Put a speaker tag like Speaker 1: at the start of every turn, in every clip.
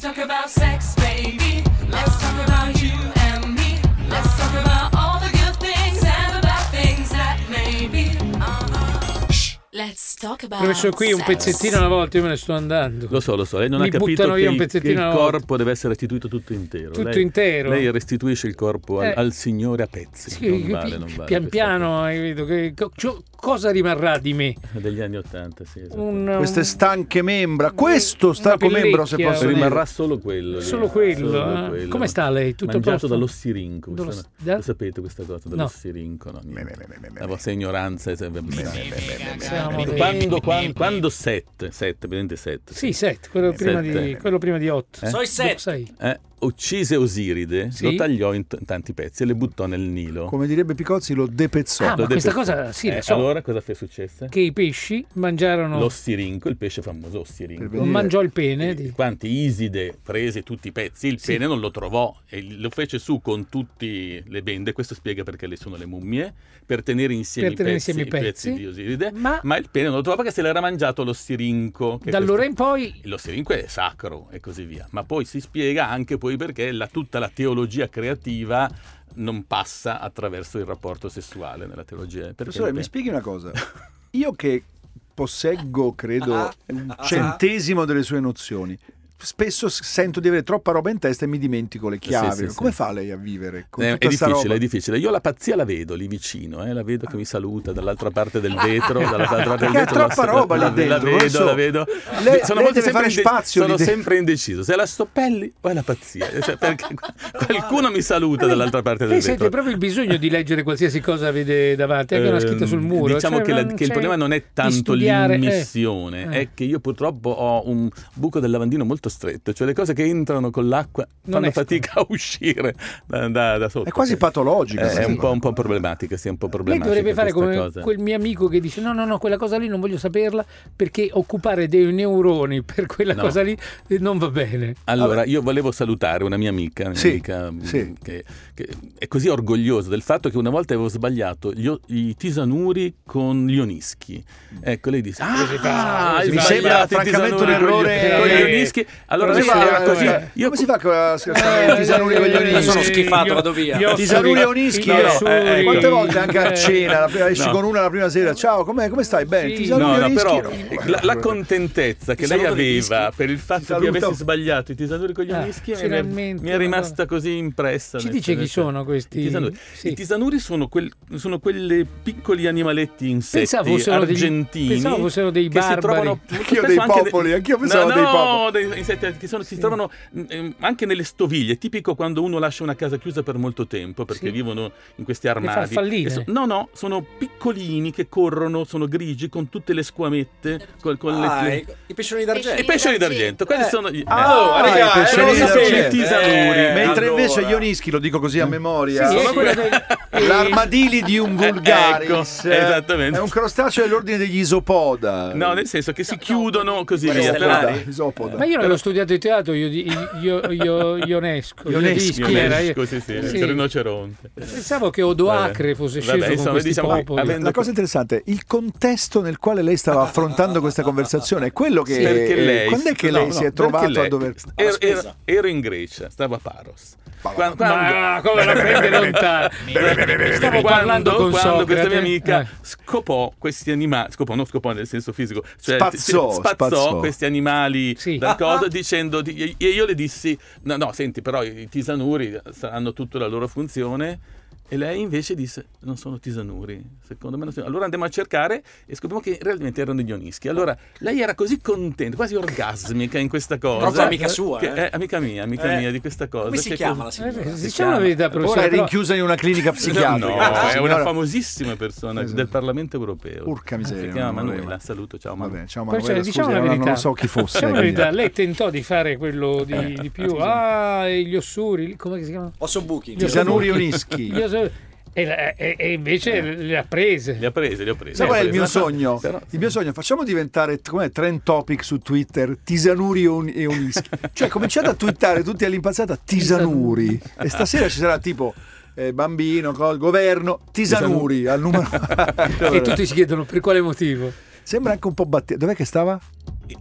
Speaker 1: talk about sex, baby. Let's talk about you and me. Let's talk about all the good things and the bad things that maybe. Uh-huh. Shh. Let's talk about
Speaker 2: Professor, qui un
Speaker 1: sex.
Speaker 2: pezzettino alla volta, io me ne sto andando.
Speaker 3: Lo so, lo so, lei non
Speaker 2: Mi
Speaker 3: ha capito
Speaker 2: buttano
Speaker 3: che,
Speaker 2: via un
Speaker 3: il, che
Speaker 2: pezzettino
Speaker 3: il
Speaker 2: alla volta.
Speaker 3: corpo deve essere restituito tutto intero.
Speaker 2: Tutto
Speaker 3: lei,
Speaker 2: intero.
Speaker 3: Lei restituisce il corpo al,
Speaker 2: Eh.
Speaker 3: al Signore a pezzi.
Speaker 2: Sì,
Speaker 3: non
Speaker 2: pi-
Speaker 3: vale, non vale.
Speaker 2: pian
Speaker 3: questa
Speaker 2: piano, hai capito, che- co- cio- cosa rimarrà di me?
Speaker 3: cosa. Degli anni Ottanta, sì, esatto.
Speaker 2: Un- um,
Speaker 4: Queste
Speaker 2: un-
Speaker 4: stanche membra, questo stanco membra se
Speaker 2: pellicchia.
Speaker 4: posso dire.
Speaker 3: Rimarrà solo quello. lì.
Speaker 2: Solo quello,
Speaker 3: Solo
Speaker 2: eh?
Speaker 3: quello.
Speaker 2: Come sta lei? Tutto a
Speaker 3: Mangiato
Speaker 2: posto?
Speaker 3: dallo stirinco.
Speaker 2: Dallo
Speaker 3: questa-
Speaker 2: s- da-
Speaker 3: Lo sapete questa cosa, dallo
Speaker 2: No.
Speaker 3: stirinco. No,
Speaker 4: Me,
Speaker 3: niente.
Speaker 4: me, me, me, me,
Speaker 3: La
Speaker 4: me.
Speaker 3: vostra ignoranza è sempre abissale.
Speaker 2: Siamo dei-
Speaker 3: Quando, quando, quando sette, sette, prendete sette.
Speaker 2: Sì, set, quello,
Speaker 3: Set,
Speaker 2: prima, di,
Speaker 3: eh.
Speaker 2: quello prima di 8.
Speaker 3: Eh?
Speaker 5: Sono i set.
Speaker 3: Eh, uccise Osiride,
Speaker 2: Sì.
Speaker 3: lo tagliò in t- tanti pezzi e le buttò nel Nilo.
Speaker 4: Come direbbe Picozzi, lo depezzò.
Speaker 2: Ah, ma
Speaker 3: Lo
Speaker 2: questa
Speaker 3: detto-
Speaker 2: cosa sì, la
Speaker 3: Eh,
Speaker 2: so.
Speaker 3: Allora cosa fe- successe?
Speaker 2: Che i pesci mangiarono,
Speaker 3: Lo stirinco, il pesce famoso stirinco.
Speaker 4: Per
Speaker 2: non
Speaker 4: dire-
Speaker 2: mangiò il pene.
Speaker 3: Eh,
Speaker 2: di-
Speaker 3: Quanti Iside prese tutti i pezzi, il
Speaker 2: Sì.
Speaker 3: pene non lo trovò e lo fece su con tutte le bende. Questo spiega perché le sono le mummie, per tenere insieme,
Speaker 2: Per tenere
Speaker 3: i, pezzi,
Speaker 2: insieme i pezzi.
Speaker 3: di Osiride.
Speaker 2: Ma,
Speaker 3: Ma il pene non lo trovò perché se l'era mangiato lo stirinco. che
Speaker 2: da allora
Speaker 3: questo-
Speaker 2: in poi
Speaker 3: lo stirinco è sacro e così via, ma poi si spiega anche poi perché la- tutta la teologia creativa non passa attraverso il rapporto sessuale nella teologia. Perché
Speaker 4: Professore,
Speaker 3: il
Speaker 4: mi
Speaker 3: pe-
Speaker 4: spieghi una cosa. Io che posseggo, credo, un centesimo delle sue nozioni, spesso s- sento di avere troppa roba in testa e mi dimentico le chiavi.
Speaker 3: sì, sì.
Speaker 4: Come fa lei a vivere con
Speaker 3: Eh, è
Speaker 4: tutta sta
Speaker 3: difficile,
Speaker 4: roba?
Speaker 3: è difficile. Io la pazzia la vedo lì vicino, eh, la vedo che mi saluta dall'altra parte del vetro, dall'altra parte del
Speaker 4: Perché ha
Speaker 3: vetro. la-
Speaker 4: troppa
Speaker 3: la-
Speaker 4: roba lì
Speaker 3: la, La
Speaker 4: dentro, non
Speaker 3: vedo,
Speaker 4: so.
Speaker 3: la vedo.
Speaker 4: Lei-
Speaker 3: sono
Speaker 4: lei
Speaker 3: molto
Speaker 4: deve
Speaker 3: sempre
Speaker 4: fare
Speaker 3: inde-
Speaker 4: spazio lì
Speaker 3: Sono
Speaker 4: dentro.
Speaker 3: sempre indeciso. Se la stoppelli o è la pazzia? Cioè, perché qualcuno mi saluta dall'altra parte del
Speaker 2: lei sente
Speaker 3: vetro.
Speaker 2: eh, proprio il bisogno di leggere qualsiasi cosa vede davanti, anche una scritta sul
Speaker 3: Ehm,
Speaker 2: muro.
Speaker 3: Diciamo
Speaker 2: cioè,
Speaker 3: che, la-
Speaker 2: non
Speaker 3: che il
Speaker 2: c'è-
Speaker 3: problema non è
Speaker 2: di
Speaker 3: tanto
Speaker 2: studiare, eh.
Speaker 3: l'immissione,
Speaker 2: Eh.
Speaker 3: è che io purtroppo ho un buco del lavandino molto stretto, cioè le cose che entrano con l'acqua
Speaker 2: Non
Speaker 3: fanno
Speaker 2: escono.
Speaker 3: fatica a uscire da, da- da sotto.
Speaker 4: È quasi
Speaker 3: Eh,
Speaker 4: patologica.
Speaker 3: È,
Speaker 4: questa
Speaker 3: un, po',
Speaker 4: cosa.
Speaker 3: un po' problematica, sì, è un po'
Speaker 2: Lei
Speaker 3: problematica.
Speaker 2: dovrebbe fare
Speaker 3: questa
Speaker 2: come
Speaker 3: cosa.
Speaker 2: quel mio amico che dice: No, no, no, quella cosa lì non voglio saperla perché occupare dei neuroni per quella
Speaker 3: No.
Speaker 2: cosa lì eh, non va bene.
Speaker 3: Allora, io volevo salutare una mia amica, una
Speaker 4: Sì,
Speaker 3: amica, mh,
Speaker 4: sì.
Speaker 3: Che, che è così orgogliosa del fatto che una volta avevo sbagliato gli o- i tisanuri con gli onischi. Ecco, lei dice: Ah, hai
Speaker 2: Mi
Speaker 3: sbagliato
Speaker 4: sembra
Speaker 3: i
Speaker 4: francamente
Speaker 3: tisanuri
Speaker 4: un
Speaker 3: con gli-
Speaker 4: errore-
Speaker 3: Con gli onischi. Allora,
Speaker 2: Come
Speaker 3: lei
Speaker 2: si fa-
Speaker 3: era
Speaker 2: eh,
Speaker 3: così.
Speaker 2: eh,
Speaker 3: Io
Speaker 4: Come si fa con la scherzata
Speaker 2: Eh,
Speaker 4: dei tisanuri con gli
Speaker 2: eh, eh,
Speaker 5: io sono
Speaker 4: onischi?
Speaker 2: eh,
Speaker 5: schifato,
Speaker 2: io-
Speaker 5: vado via.
Speaker 2: io
Speaker 4: Tisanuri
Speaker 2: sono-
Speaker 4: e onischi?
Speaker 2: io
Speaker 3: No,
Speaker 2: sono-
Speaker 3: eh, ecco.
Speaker 4: Quante volte anche a
Speaker 2: Eh,
Speaker 4: cena, la prima- esci
Speaker 3: No.
Speaker 4: con una la prima sera, ciao, com'è, come stai? Bene,
Speaker 2: Sì.
Speaker 4: tisanuri
Speaker 3: No,
Speaker 4: e
Speaker 3: no,
Speaker 4: onischi?
Speaker 3: però
Speaker 4: No.
Speaker 3: la, la contentezza che lei
Speaker 5: Ti saluto dei
Speaker 3: aveva
Speaker 5: dischi.
Speaker 3: per il
Speaker 4: Ti
Speaker 3: fatto che
Speaker 4: saluto.
Speaker 3: avesse sbagliato i tisanuri con gli
Speaker 2: Ah,
Speaker 3: onischi mi è-
Speaker 2: finalmente,
Speaker 3: mi è rimasta così impressa.
Speaker 2: Ci
Speaker 3: nel
Speaker 2: dice chi
Speaker 3: senso-
Speaker 2: sono questi?
Speaker 3: I tisanuri,
Speaker 2: Sì.
Speaker 3: I tisanuri sono, quel, sono quelle piccoli animaletti insetti
Speaker 2: Pensavo fossero degli-
Speaker 3: argentini
Speaker 2: pensavo fossero dei
Speaker 3: che si
Speaker 2: barbari.
Speaker 3: trovano
Speaker 4: Anch'io
Speaker 3: spesso
Speaker 4: dei
Speaker 3: anche ne-
Speaker 4: popoli, anch'io pensavo
Speaker 3: no,
Speaker 4: dei
Speaker 3: no,
Speaker 4: popoli.
Speaker 3: dei insetti che sono- si trovano mm, ehm, anche nelle stoviglie, tipico quando uno lascia una casa chiusa per molto tempo perché
Speaker 2: Sì.
Speaker 3: vivono in questi armadi.
Speaker 2: farfalline.
Speaker 3: E so- no, no, sono piccolini che corrono, sono grigi con tutte le squamette, col- con le-
Speaker 5: Ah,
Speaker 3: le-
Speaker 5: i, i pesciolini d'argento.
Speaker 3: i pescioli d'argento, quelli
Speaker 5: Eh.
Speaker 3: sono gli...
Speaker 4: Ah,
Speaker 3: eh,
Speaker 4: raga,
Speaker 3: i
Speaker 4: eh,
Speaker 3: pescioli
Speaker 4: non lo
Speaker 3: d'argento,
Speaker 4: sapevo.
Speaker 3: i tisanuri.
Speaker 5: Eh,
Speaker 4: Mentre invece
Speaker 5: allora.
Speaker 4: gli onischi, lo dico così a memoria,
Speaker 2: Sì,
Speaker 3: Sono
Speaker 2: sì,
Speaker 3: quello
Speaker 2: quello del- eh,
Speaker 4: L'armadili di un vulgaris eh,
Speaker 3: Ecco, esattamente.
Speaker 4: è un crostaceo dell'ordine degli isopoda.
Speaker 3: No, nel senso che si chiudono così via.
Speaker 5: Questa è
Speaker 3: Però,
Speaker 5: la-
Speaker 4: isopoda, isopoda.
Speaker 2: Ma io non ho studiato il teatro, io, di- io, io, Ionesco. io
Speaker 4: Ionesco,
Speaker 2: dischi era, io-
Speaker 3: Ionesco, sì, sì,
Speaker 2: Sì.
Speaker 3: il rinoceronte.
Speaker 2: Pensavo che Odoacre
Speaker 3: Vabbè.
Speaker 2: fosse
Speaker 3: Vabbè,
Speaker 2: sceso con
Speaker 3: insomma,
Speaker 2: questi
Speaker 3: diciamo che
Speaker 2: popoli.
Speaker 3: avendo-
Speaker 4: La cosa interessante è il contesto nel quale lei stava affrontando questa conversazione. È quello che. eh,
Speaker 3: Perché lei,
Speaker 4: quando è che lei
Speaker 3: no,
Speaker 4: si
Speaker 3: no,
Speaker 4: è trovata
Speaker 3: perché lei-
Speaker 4: a dover.
Speaker 3: Ero,
Speaker 5: spesa.
Speaker 3: ero- ero in Grecia, stavo a Paros. Quan- Quando,
Speaker 2: Ma come la prende lontano? Stavo
Speaker 3: quando-
Speaker 2: parlando con
Speaker 3: quando
Speaker 2: Socrate.
Speaker 3: questa mia amica
Speaker 2: Eh.
Speaker 3: scopò questi animali, scopò, non scopò nel senso fisico, cioè
Speaker 4: Spazzò,
Speaker 3: si- spazzò
Speaker 4: spazzò.
Speaker 3: questi animali
Speaker 2: Sì.
Speaker 3: dal coso dicendo, di- e io le dissi, no, no, senti però i tisanuri hanno tutta la loro funzione. E lei invece disse: Non sono tisanuri, secondo me non sono. Allora andiamo a cercare e scopriamo che realmente erano gli onischi. Allora lei era così contenta, quasi orgasmica in questa cosa.
Speaker 5: Proprio amica sua,
Speaker 3: Che-
Speaker 5: eh?
Speaker 3: eh, amica mia, amica
Speaker 5: Eh,
Speaker 3: mia di questa cosa.
Speaker 5: Come si
Speaker 3: che-
Speaker 5: chiama la
Speaker 2: Eh,
Speaker 5: signora?
Speaker 2: beh,
Speaker 3: si
Speaker 2: Diciamo la
Speaker 3: chiama.
Speaker 2: verità,
Speaker 4: Ora
Speaker 2: professore.
Speaker 4: è
Speaker 2: però-
Speaker 4: rinchiusa in una clinica psichiatrica.
Speaker 3: No,
Speaker 4: Ah,
Speaker 3: è una
Speaker 4: signora-
Speaker 3: famosissima persona
Speaker 4: Esatto.
Speaker 3: del Parlamento europeo.
Speaker 4: Porca miseria,
Speaker 3: Si chiama
Speaker 4: non volevo.
Speaker 3: Manuela, saluto, ciao
Speaker 4: Va
Speaker 3: Manuela.
Speaker 4: bene, ciao
Speaker 2: Professore,
Speaker 4: Manuela,
Speaker 2: diciamo
Speaker 4: scusi,
Speaker 2: la
Speaker 4: no, no,
Speaker 2: verità.
Speaker 4: non so chi fosse.
Speaker 2: Diciamo la
Speaker 4: quindi-
Speaker 2: verità, lei tentò di fare quello
Speaker 3: Eh,
Speaker 2: di, di più. Ah, e gli ossuri, lì, come si chiama?
Speaker 5: Osso buchi.
Speaker 2: Io-
Speaker 4: Tisanuri
Speaker 2: Io-
Speaker 4: Onischi.
Speaker 2: Gli ossuri. E, la- e- e invece le ha
Speaker 3: Eh. Le
Speaker 2: prese.
Speaker 3: ha prese, le ho prese. le
Speaker 4: Sai
Speaker 3: ho
Speaker 4: qual è il
Speaker 3: prese.
Speaker 4: mio
Speaker 2: esatto.
Speaker 4: sogno?
Speaker 3: Però-
Speaker 4: Il mio sogno, facciamo diventare com'è, trend topic su Twitter Tisanuri on- e Onischi. Cioè, cominciate a twittare tutti all'impazzata Tisanuri. E stasera ci sarà tipo eh, bambino, col governo, Tisanuri al numero.
Speaker 2: E tutti si chiedono per quale motivo.
Speaker 4: Sembra anche un po' battere. Dov'è che stava?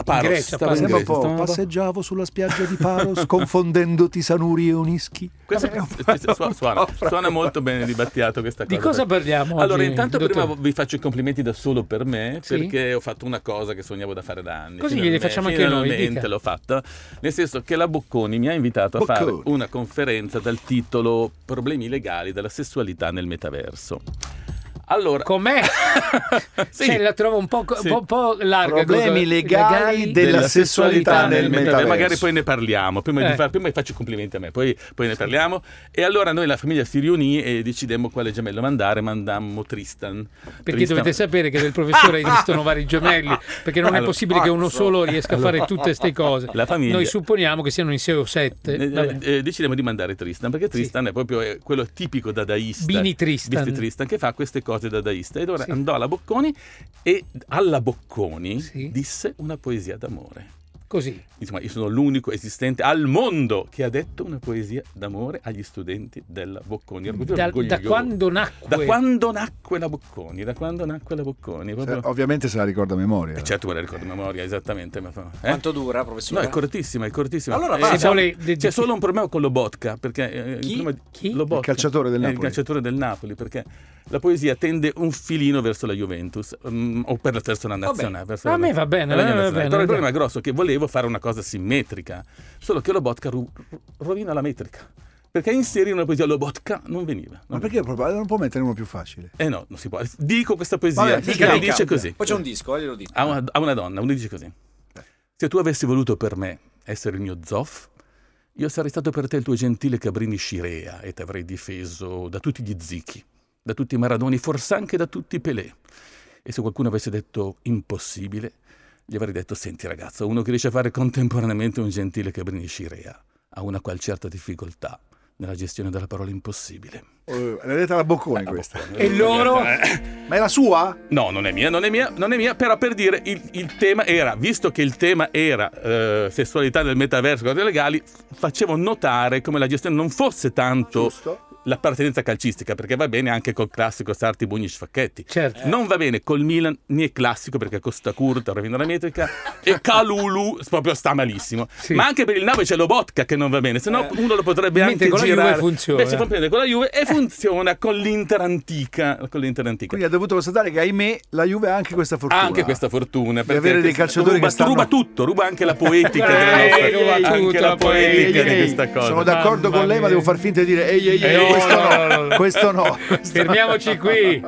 Speaker 3: Paros,
Speaker 2: Grecia,
Speaker 3: stavo in
Speaker 2: Paros.
Speaker 4: Sembra
Speaker 3: Grecia,
Speaker 4: un po'.
Speaker 3: stavo-
Speaker 4: Passeggiavo sulla spiaggia di Paros confondendo Tisanuri e Onischi.
Speaker 3: Questa-
Speaker 4: Vabbè, un
Speaker 3: questa-
Speaker 4: po'
Speaker 3: su- suona,
Speaker 4: fra-
Speaker 3: suona molto bene di Battiato questa cosa.
Speaker 2: Di cosa parliamo
Speaker 3: Allora,
Speaker 2: oggi,
Speaker 3: intanto prima
Speaker 2: dottore?
Speaker 3: vi faccio i complimenti da solo per me,
Speaker 2: Sì.
Speaker 3: perché ho fatto una cosa che sognavo da fare da anni.
Speaker 2: Così glieli
Speaker 3: finalmente-
Speaker 2: facciamo anche noi,
Speaker 3: Finalmente
Speaker 2: dica.
Speaker 3: l'ho fatta. Nel senso che la Bocconi mi ha invitato a
Speaker 4: Bocconi.
Speaker 3: fare una conferenza dal titolo Problemi legali della sessualità nel metaverso. Allora,
Speaker 2: Com'è?
Speaker 3: Sì.
Speaker 2: Cioè, la trovo un po', co-
Speaker 3: Sì.
Speaker 2: un po' larga. cosa-
Speaker 4: Problemi legali della sessualità nel
Speaker 3: metaverso.
Speaker 4: metaverso.
Speaker 3: Magari poi ne parliamo. Prima,
Speaker 2: Eh.
Speaker 3: di far, prima faccio i complimenti a me, poi, poi ne parliamo. E allora noi la famiglia si riunì e decidemmo quale gemello mandare. Mandammo Tristan.
Speaker 2: Perché dovete sapere che del professore esistono vari gemelli, perché non è
Speaker 3: Allora,
Speaker 2: possibile che uno
Speaker 4: pazzo.
Speaker 2: solo riesca a fare
Speaker 4: Allora.
Speaker 2: tutte queste cose.
Speaker 3: La famiglia.
Speaker 2: Noi supponiamo che siano in 6 o 7.
Speaker 3: Eh, eh, decidiamo di mandare Tristan perché Tristan è proprio eh, quello tipico dadaista
Speaker 2: Bini Tristan.
Speaker 3: Bini Tristan che fa queste cose dadaista e allora
Speaker 2: Sì.
Speaker 3: andò alla Bocconi e alla Bocconi
Speaker 2: Sì.
Speaker 3: disse una poesia d'amore
Speaker 2: Così.
Speaker 3: insomma io sono l'unico esistente al mondo che ha detto una poesia d'amore agli studenti della Bocconi Ero proprio
Speaker 2: Da, da
Speaker 3: orgoglioso.
Speaker 2: quando nacque.
Speaker 3: Da quando nacque la Bocconi da quando nacque la Bocconi
Speaker 4: fra-
Speaker 3: proprio...
Speaker 4: Eh, Ovviamente se la ricorda a memoria.
Speaker 3: Eh, certo me la ricordo a memoria esattamente ma fa- eh?
Speaker 5: Quanto dura,
Speaker 3: No,
Speaker 5: professore?
Speaker 3: è correttissima, è correttissima.
Speaker 5: eh. Allora va.
Speaker 3: c'è-
Speaker 2: Se vuole- de-
Speaker 3: c'è
Speaker 2: de-
Speaker 3: cioè, solo un problema con Lobotka, perché eh,
Speaker 5: Chi?
Speaker 3: prima di-
Speaker 2: Chi?
Speaker 3: Lobotka.
Speaker 4: Il calciatore del
Speaker 3: Eh,
Speaker 4: Napoli.
Speaker 3: Il calciatore del Napoli, perché la poesia tende un filino verso la Juventus mm, o per la terza nazionale. verso la-
Speaker 2: Ah, a me va bene,
Speaker 3: per la
Speaker 2: a me va
Speaker 3: nazionale.
Speaker 2: bene,
Speaker 3: Però
Speaker 2: va
Speaker 3: il problema grosso è che volevo fare una cosa simmetrica, solo che Lobotka ru- ru- rovina la metrica. Perché inserire una poesia Lobotka non veniva.
Speaker 4: Ma
Speaker 3: non
Speaker 4: perché prova- non può metterne uno più facile?
Speaker 3: veniva. Eh no, non si può. Dico questa poesia
Speaker 4: Vabbè,
Speaker 3: che
Speaker 4: dica,
Speaker 3: lei
Speaker 4: dica.
Speaker 3: dice così.
Speaker 5: Poi c'è un disco, eh, glielo dico.
Speaker 3: A una, a una donna, uno dice così: Se tu avessi voluto per me essere il mio zoff, io sarei stato per te il tuo gentile Cabrini Scirea e ti avrei difeso da tutti gli zicchi, da tutti i Maradoni, forse anche da tutti i Pelé. E se qualcuno avesse detto impossibile, gli avrei detto: Senti, ragazzo, uno che riesce a fare contemporaneamente un gentile Cabrini Scirea ha una qual certa difficoltà nella gestione della parola impossibile.
Speaker 4: Eh, L'ha detta la Bocconi questa.
Speaker 2: E loro?
Speaker 4: Ma è la sua?
Speaker 3: No, non è mia, non è mia, non è mia, però per dire il, il tema era, visto che il tema era eh, sessualità del metaverso, cose legali, f- facevo notare come la gestione non fosse tanto
Speaker 4: Giusto.
Speaker 3: l'appartenenza calcistica, perché va bene anche col classico Sarti Bugni Sfacchetti.
Speaker 2: Certo.
Speaker 3: Non va bene col Milan né classico perché Costa Curta rovina la metrica e Calulu proprio sta malissimo.
Speaker 2: Sì.
Speaker 3: Ma anche per il Napoli c'è Lobotka che non va bene, se no
Speaker 5: Eh.
Speaker 3: uno lo potrebbe
Speaker 2: Mentre
Speaker 3: anche
Speaker 2: con la Juve
Speaker 3: girare.
Speaker 2: funziona. Eh.
Speaker 3: Invece fa prendere con la Juve e funziona con l'Inter antica, con l'Inter antica.
Speaker 4: Quindi ha dovuto constatare che, ahimè, la Juve ha anche questa fortuna.
Speaker 3: Anche questa fortuna. perché
Speaker 4: avere dei
Speaker 3: questa-
Speaker 4: calciatori
Speaker 3: ruba,
Speaker 4: che stanno-
Speaker 3: ruba tutto, ruba anche la poetica
Speaker 2: Eh,
Speaker 3: della nostra-
Speaker 2: ruba tutto,
Speaker 3: anche la
Speaker 2: la poetica.
Speaker 3: poetica
Speaker 4: Ehi,
Speaker 3: di
Speaker 4: ehi,
Speaker 3: questa cosa.
Speaker 4: Sono d'accordo
Speaker 2: Mamma
Speaker 4: con lei, ma
Speaker 2: mia. Eh,
Speaker 4: devo far finta di dire ehi, ehi, ehi,
Speaker 3: Ehi,
Speaker 4: questo,
Speaker 2: no,
Speaker 4: no,
Speaker 2: no, no.
Speaker 4: questo no. questo no.
Speaker 2: Fermiamoci qui.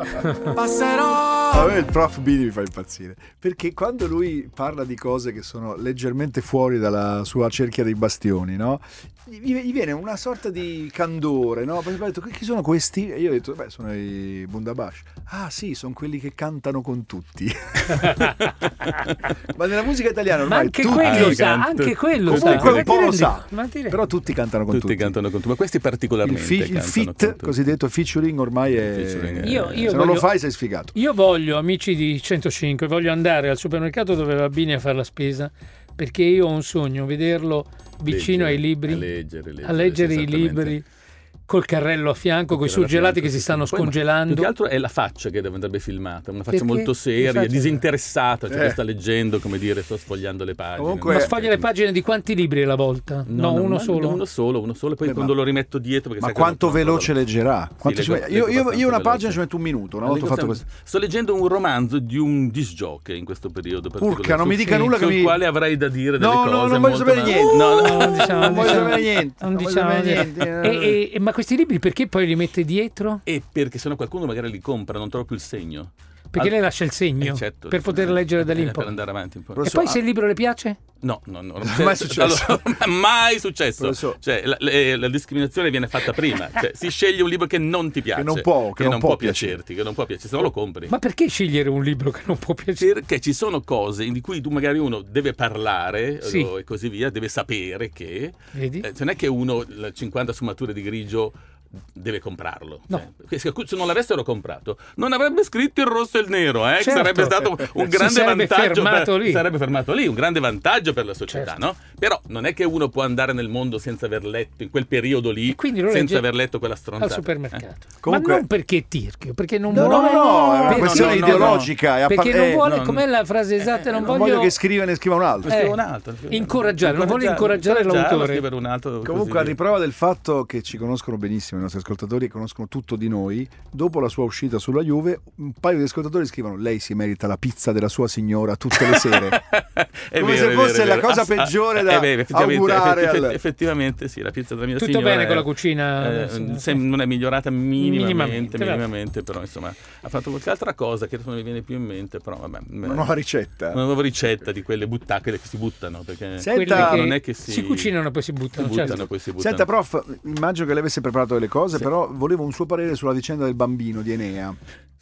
Speaker 5: Passerò!
Speaker 4: A me il prof Bini mi fa impazzire perché quando lui parla di cose che sono leggermente fuori dalla sua cerchia dei bastioni, no? Gli gli viene una sorta di candore, no? Perché ha detto chi sono questi? E io ho detto, beh, sono i Bundabash. Ah, sì, sono quelli che cantano con tutti. Ma nella musica
Speaker 2: Ma
Speaker 4: italiana ormai
Speaker 2: anche
Speaker 4: tutti
Speaker 2: quello sa,
Speaker 3: canto.
Speaker 2: anche quello sa. Ma
Speaker 4: Comunque un
Speaker 2: ti
Speaker 4: po' lo
Speaker 2: rendi-
Speaker 4: sa,
Speaker 2: ma ti rendi-
Speaker 4: però tutti cantano con
Speaker 3: Tutti
Speaker 4: tutti.
Speaker 3: cantano con tutti, ma questi
Speaker 4: il,
Speaker 3: particolarmente.
Speaker 4: fi- il
Speaker 3: cantano con
Speaker 4: fit,
Speaker 3: tutti.
Speaker 4: cosiddetto featuring, ormai è...
Speaker 3: Featuring, eh.
Speaker 2: Io- io
Speaker 4: Se non lo
Speaker 2: voglio-
Speaker 4: fai sei sfigato.
Speaker 2: Io voglio, amici di 105, voglio andare al supermercato dove va Bini a fare la spesa perché io ho un sogno, vederlo vicino
Speaker 3: Leggere,
Speaker 2: ai libri,
Speaker 3: a leggere, leggere,
Speaker 2: a leggere
Speaker 3: sì,
Speaker 2: i
Speaker 3: esattamente.
Speaker 2: libri, col carrello a fianco, con i
Speaker 3: Era la
Speaker 2: surgelati
Speaker 3: prima
Speaker 2: che si
Speaker 3: cosa,
Speaker 2: stanno
Speaker 3: sì. Poi, ma Più che
Speaker 2: scongelando.
Speaker 3: altro è la faccia che deve- andrebbe filmata, una faccia
Speaker 2: Perché?
Speaker 3: molto
Speaker 2: Che
Speaker 3: seria,
Speaker 2: faccia?
Speaker 3: disinteressata, cioè
Speaker 4: Eh.
Speaker 3: che sta leggendo, come dire, sto sfogliando le pagine.
Speaker 4: Comunque-
Speaker 2: Ma
Speaker 4: Eh,
Speaker 2: sfoglia le pagine di quanti libri alla volta? No,
Speaker 3: no,
Speaker 2: uno
Speaker 3: ma-
Speaker 2: solo.
Speaker 3: Uno solo, uno solo, e poi
Speaker 4: Beh,
Speaker 3: quando
Speaker 4: ma-
Speaker 3: lo rimetto dietro. perché
Speaker 4: Ma
Speaker 3: sai che non-
Speaker 4: quanto
Speaker 3: non-
Speaker 4: veloce leggerà? Quanto
Speaker 3: Sì,
Speaker 4: ci
Speaker 3: leggo-
Speaker 4: met- io,
Speaker 3: leggo
Speaker 4: io- io
Speaker 3: abbastanza
Speaker 4: una
Speaker 3: veloce.
Speaker 4: pagina ci metto un minuto. Una volta ho
Speaker 3: Leggo
Speaker 4: fatto
Speaker 3: sempre-
Speaker 4: questo.
Speaker 3: Sto leggendo un romanzo di un disc jockey in questo periodo. particolare,
Speaker 4: Urca, non mi
Speaker 3: sul-
Speaker 4: dica
Speaker 2: Sì,
Speaker 4: nulla che
Speaker 3: sul
Speaker 4: mi.
Speaker 3: quale avrei da dire delle
Speaker 4: No,
Speaker 3: cose.
Speaker 4: no, non voglio
Speaker 3: molto
Speaker 4: sapere
Speaker 3: ma- No,
Speaker 4: niente.
Speaker 3: no,
Speaker 2: No, diciamo,
Speaker 4: Non voglio
Speaker 2: diciamo-
Speaker 4: sapere niente,
Speaker 2: non
Speaker 4: non voglio
Speaker 2: diciamo
Speaker 4: sapere
Speaker 2: niente.
Speaker 4: niente. eh.
Speaker 2: E- e- ma questi libri perché poi li mette dietro?
Speaker 3: E perché sennò qualcuno magari li compra, non trovo più il segno.
Speaker 2: Perché
Speaker 3: Al-
Speaker 2: lei lascia il segno
Speaker 3: Eh, certo,
Speaker 2: per poter
Speaker 3: eh,
Speaker 2: leggere da lì in
Speaker 3: eh,
Speaker 2: poi.
Speaker 3: Per andare avanti un po'.
Speaker 2: E
Speaker 4: Professor,
Speaker 2: poi se il libro le piace?
Speaker 3: No, no, no. Cioè,
Speaker 4: Mai successo.
Speaker 3: Allora, mai successo.
Speaker 4: Professor-
Speaker 3: Cioè, la, le- la discriminazione viene fatta prima. Cioè, si sceglie un libro che non ti piace.
Speaker 4: non può- che non può
Speaker 3: piacerti, che non può piacerti, se no lo compri.
Speaker 2: Ma perché scegliere un libro che non può piacere?
Speaker 3: Perché ci sono cose in cui tu magari uno deve parlare
Speaker 2: Sì.
Speaker 3: o- e così via, deve sapere Eh, che...
Speaker 2: Vedi?
Speaker 3: Eh, non è che uno la 50 sfumature di grigio deve comprarlo.
Speaker 2: No.
Speaker 3: Cioè, se non l'avessero comprato, non avrebbe scritto il rosso e il nero, eh, che
Speaker 2: Certo.
Speaker 3: sarebbe stato un
Speaker 2: Si
Speaker 3: grande
Speaker 2: sarebbe
Speaker 3: vantaggio.
Speaker 2: fermato
Speaker 3: per-
Speaker 2: lì.
Speaker 3: Sarebbe fermato lì, un grande vantaggio per la società,
Speaker 2: Certo.
Speaker 3: no? Però non è che uno può andare nel mondo senza aver letto in quel periodo lì,
Speaker 2: E quindi lo legge
Speaker 3: senza aver letto quella
Speaker 2: al
Speaker 3: stronzata. eh.
Speaker 2: supermercato.
Speaker 4: Comunque-
Speaker 2: Ma non perché è tirchio, perché non
Speaker 4: No, no,
Speaker 2: vuole...
Speaker 4: no, è una
Speaker 2: perché-
Speaker 4: questione ideologica, è appa-
Speaker 2: Perché non
Speaker 4: eh,
Speaker 2: vuole,
Speaker 3: no,
Speaker 2: com'è
Speaker 3: no.
Speaker 2: la frase esatta, non,
Speaker 4: non voglio,
Speaker 2: voglio...
Speaker 4: che scriva ne scriva un altro.
Speaker 3: Lo scrivo
Speaker 2: Eh,
Speaker 3: un altro, lo scrivo un altro.
Speaker 2: incoraggiare, non voglio incoraggiare
Speaker 3: incoraggiarlo a
Speaker 2: l'autore.
Speaker 3: scrivere un altro, così
Speaker 4: Comunque, a
Speaker 3: via.
Speaker 4: riprova del fatto che ci conoscono benissimo i nostri ascoltatori e conoscono tutto di noi, dopo la sua uscita sulla Juve, un paio di ascoltatori scrivono: Lei si merita la pizza della sua signora tutte le sere.
Speaker 3: È
Speaker 4: Come
Speaker 3: vero,
Speaker 4: se
Speaker 3: è vero,
Speaker 4: fosse
Speaker 3: è
Speaker 4: la
Speaker 3: vero.
Speaker 4: cosa
Speaker 3: Ah,
Speaker 4: peggiore
Speaker 3: ah,
Speaker 4: da
Speaker 3: è vero, effettivamente,
Speaker 4: augurare
Speaker 3: effetti-
Speaker 4: al-
Speaker 3: effettivamente sì, la pizza della mia
Speaker 2: Tutto
Speaker 3: signora
Speaker 2: bene
Speaker 3: è-
Speaker 2: con la cucina,
Speaker 3: eh,
Speaker 2: signora?
Speaker 3: sem- non è migliorata minimamente,
Speaker 2: Minimamente,
Speaker 3: minimamente,
Speaker 2: vabbè.
Speaker 3: però insomma ha fatto qualche altra cosa che adesso non mi viene più in mente, però vabbè,
Speaker 4: Una
Speaker 3: una
Speaker 4: nuova ricetta.
Speaker 3: nuova ricetta di quelle buttacche che si buttano perché
Speaker 4: Senta-
Speaker 2: Quelli
Speaker 4: Senta-
Speaker 2: che
Speaker 3: non è che si,
Speaker 2: si cucinano e poi si
Speaker 3: si
Speaker 2: buttano,
Speaker 3: buttano,
Speaker 2: certo.
Speaker 3: poi si buttano.
Speaker 4: Senta, prof, immagino che lei avesse preparato delle cose, però volevo un suo parere sulla vicenda del bambino di Enea.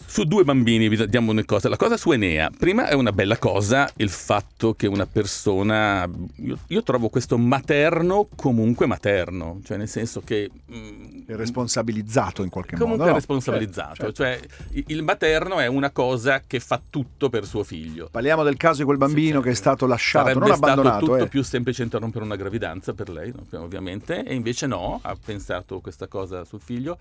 Speaker 3: Su due bambini vi diamo una cosa. La cosa su Enea. Prima è una bella cosa il fatto che una persona. Io, io trovo questo materno comunque materno, cioè nel senso che. mm,
Speaker 4: È responsabilizzato in qualche
Speaker 3: Comunque
Speaker 4: modo. no?
Speaker 3: responsabilizzato,
Speaker 4: Certo, certo.
Speaker 3: cioè i- il materno è una cosa che fa tutto per suo figlio.
Speaker 4: Parliamo del caso di quel
Speaker 3: Sì,
Speaker 4: bambino
Speaker 3: sì.
Speaker 4: che è stato lasciato,
Speaker 3: Sarebbe
Speaker 4: non
Speaker 3: stato
Speaker 4: abbandonato.
Speaker 3: tutto
Speaker 4: eh.
Speaker 3: più semplice interrompere una gravidanza per lei, no? Cioè, ovviamente, e invece no, ha pensato questa cosa sul figlio.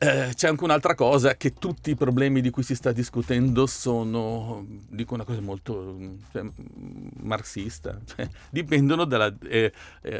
Speaker 3: Eh, c'è anche un'altra cosa, che tutti i problemi di cui si sta discutendo sono, dico una cosa molto mm, cioè, mm, marxista, cioè, dipendono dalla eh, eh,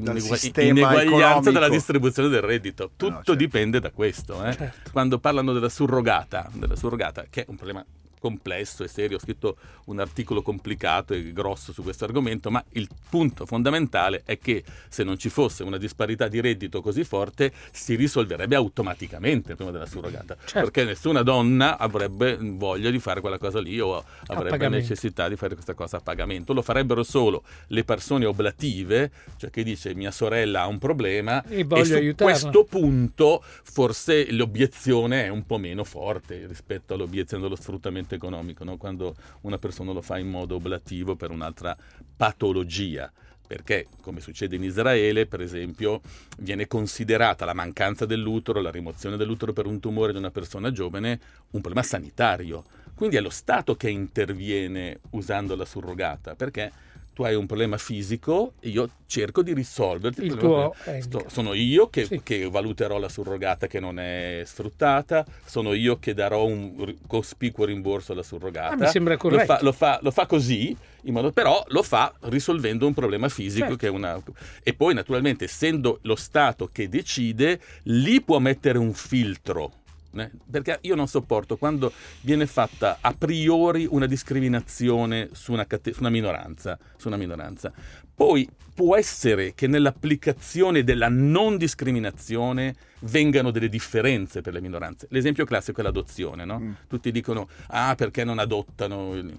Speaker 4: Dal
Speaker 3: inegua-
Speaker 4: sistema
Speaker 3: ineguaglianza della
Speaker 4: economico.
Speaker 3: distribuzione del reddito. Tutto
Speaker 4: certo.
Speaker 3: dipende da questo. eh. Quando parlano della surrogata, della surrogata, che è un problema complesso e serio, ho scritto un articolo complicato e grosso su questo argomento, ma il punto fondamentale è che se non ci fosse una disparità di reddito così forte si risolverebbe automaticamente prima della surrogata,
Speaker 2: Certo.
Speaker 3: perché nessuna donna avrebbe voglia di fare quella cosa lì o avrebbe
Speaker 2: pagamento.
Speaker 3: necessità di fare questa cosa a pagamento, lo farebbero solo le persone oblative, cioè che dice mia sorella ha un problema
Speaker 2: E voglio
Speaker 3: su
Speaker 2: aiutarla.
Speaker 3: questo punto forse l'obiezione è un po' meno forte rispetto all'obiezione dello sfruttamento economico, no? quando una persona lo fa in modo oblativo per un'altra patologia. Perché, come succede in Israele, per esempio, viene considerata la mancanza dell'utero, la rimozione dell'utero per un tumore di una persona giovane, un problema sanitario. Quindi è lo Stato che interviene usando la surrogata, perché tu hai un problema fisico e io cerco di risolverti
Speaker 2: Il
Speaker 3: problema
Speaker 2: tuo
Speaker 3: Sto-
Speaker 2: handicap.
Speaker 3: sono io che,
Speaker 2: Sì.
Speaker 3: che valuterò la surrogata che non è sfruttata, sono io che darò un r- cospicuo rimborso alla surrogata.
Speaker 2: Ah, mi sembra
Speaker 3: lo,
Speaker 2: corretto.
Speaker 3: fa, lo fa- lo fa così, in modo- però lo fa risolvendo un problema fisico
Speaker 2: Certo.
Speaker 3: che è una... E poi naturalmente essendo lo Stato che decide, lì può mettere un filtro. né? Perché io non sopporto quando viene fatta a priori una discriminazione su una, cate- su una minoranza, su una minoranza. Poi può essere che nell'applicazione della non discriminazione vengano delle differenze per le minoranze. L'esempio classico è l'adozione, no?
Speaker 4: Mm.
Speaker 3: Tutti dicono, ah perché non adottano? Il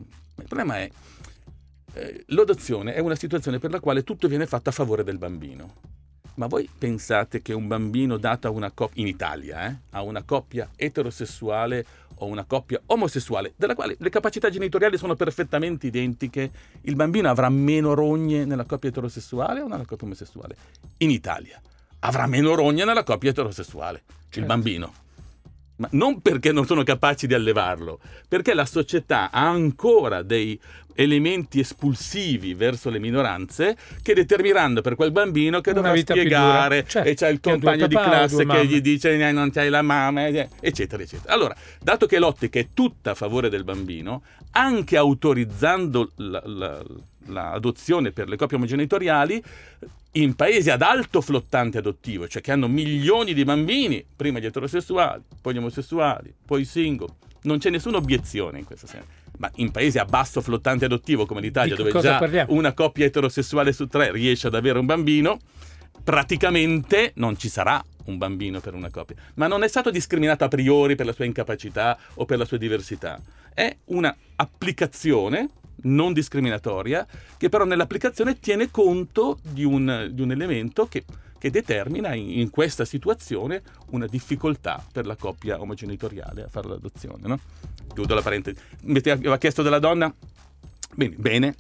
Speaker 3: problema è, eh, l'adozione è una situazione per la quale tutto viene fatto a favore del bambino. Ma voi pensate che un bambino dato a una coppia, in Italia, eh, a una coppia eterosessuale o una coppia omosessuale, della quale le capacità genitoriali sono perfettamente identiche, il bambino avrà meno rogne nella coppia eterosessuale o nella coppia omosessuale? In Italia avrà meno rogne nella coppia eterosessuale, il
Speaker 2: Certo.
Speaker 3: bambino. Ma non perché non sono capaci di allevarlo, perché la società ha ancora dei elementi espulsivi verso le minoranze che determineranno per quel bambino che
Speaker 2: Una
Speaker 3: dovrà
Speaker 2: vita più
Speaker 3: spiegare
Speaker 2: dura. Certo,
Speaker 3: e c'è il
Speaker 2: che ha due
Speaker 3: compagno di
Speaker 2: papà o due
Speaker 3: classe
Speaker 2: mamme.
Speaker 3: che gli dice "Eh, non c'hai la mamma, eh, eccetera, eccetera. Allora, dato che l'ottica è tutta a favore del bambino, anche autorizzando la- la- l'adozione per le coppie omogenitoriali, in paesi ad alto flottante adottivo, cioè che hanno milioni di bambini, prima gli eterosessuali, poi gli omosessuali, poi i single, non c'è nessuna obiezione in questo senso. Ma in paesi a basso flottante adottivo come
Speaker 2: Di
Speaker 3: l'Italia,
Speaker 2: che
Speaker 3: dove
Speaker 2: cosa
Speaker 3: già
Speaker 2: parliamo?
Speaker 3: una coppia eterosessuale su tre riesce ad avere un bambino, praticamente non ci sarà un bambino per una coppia. Ma non è stato discriminato a priori per la sua incapacità o per la sua diversità. È una applicazione non discriminatoria che però nell'applicazione tiene conto di un, di un elemento che, che determina in, in questa situazione una difficoltà per la coppia omogenitoriale a fare l'adozione. No? Chiudo la parentesi. Mi aveva chiesto della donna? Bene, bene.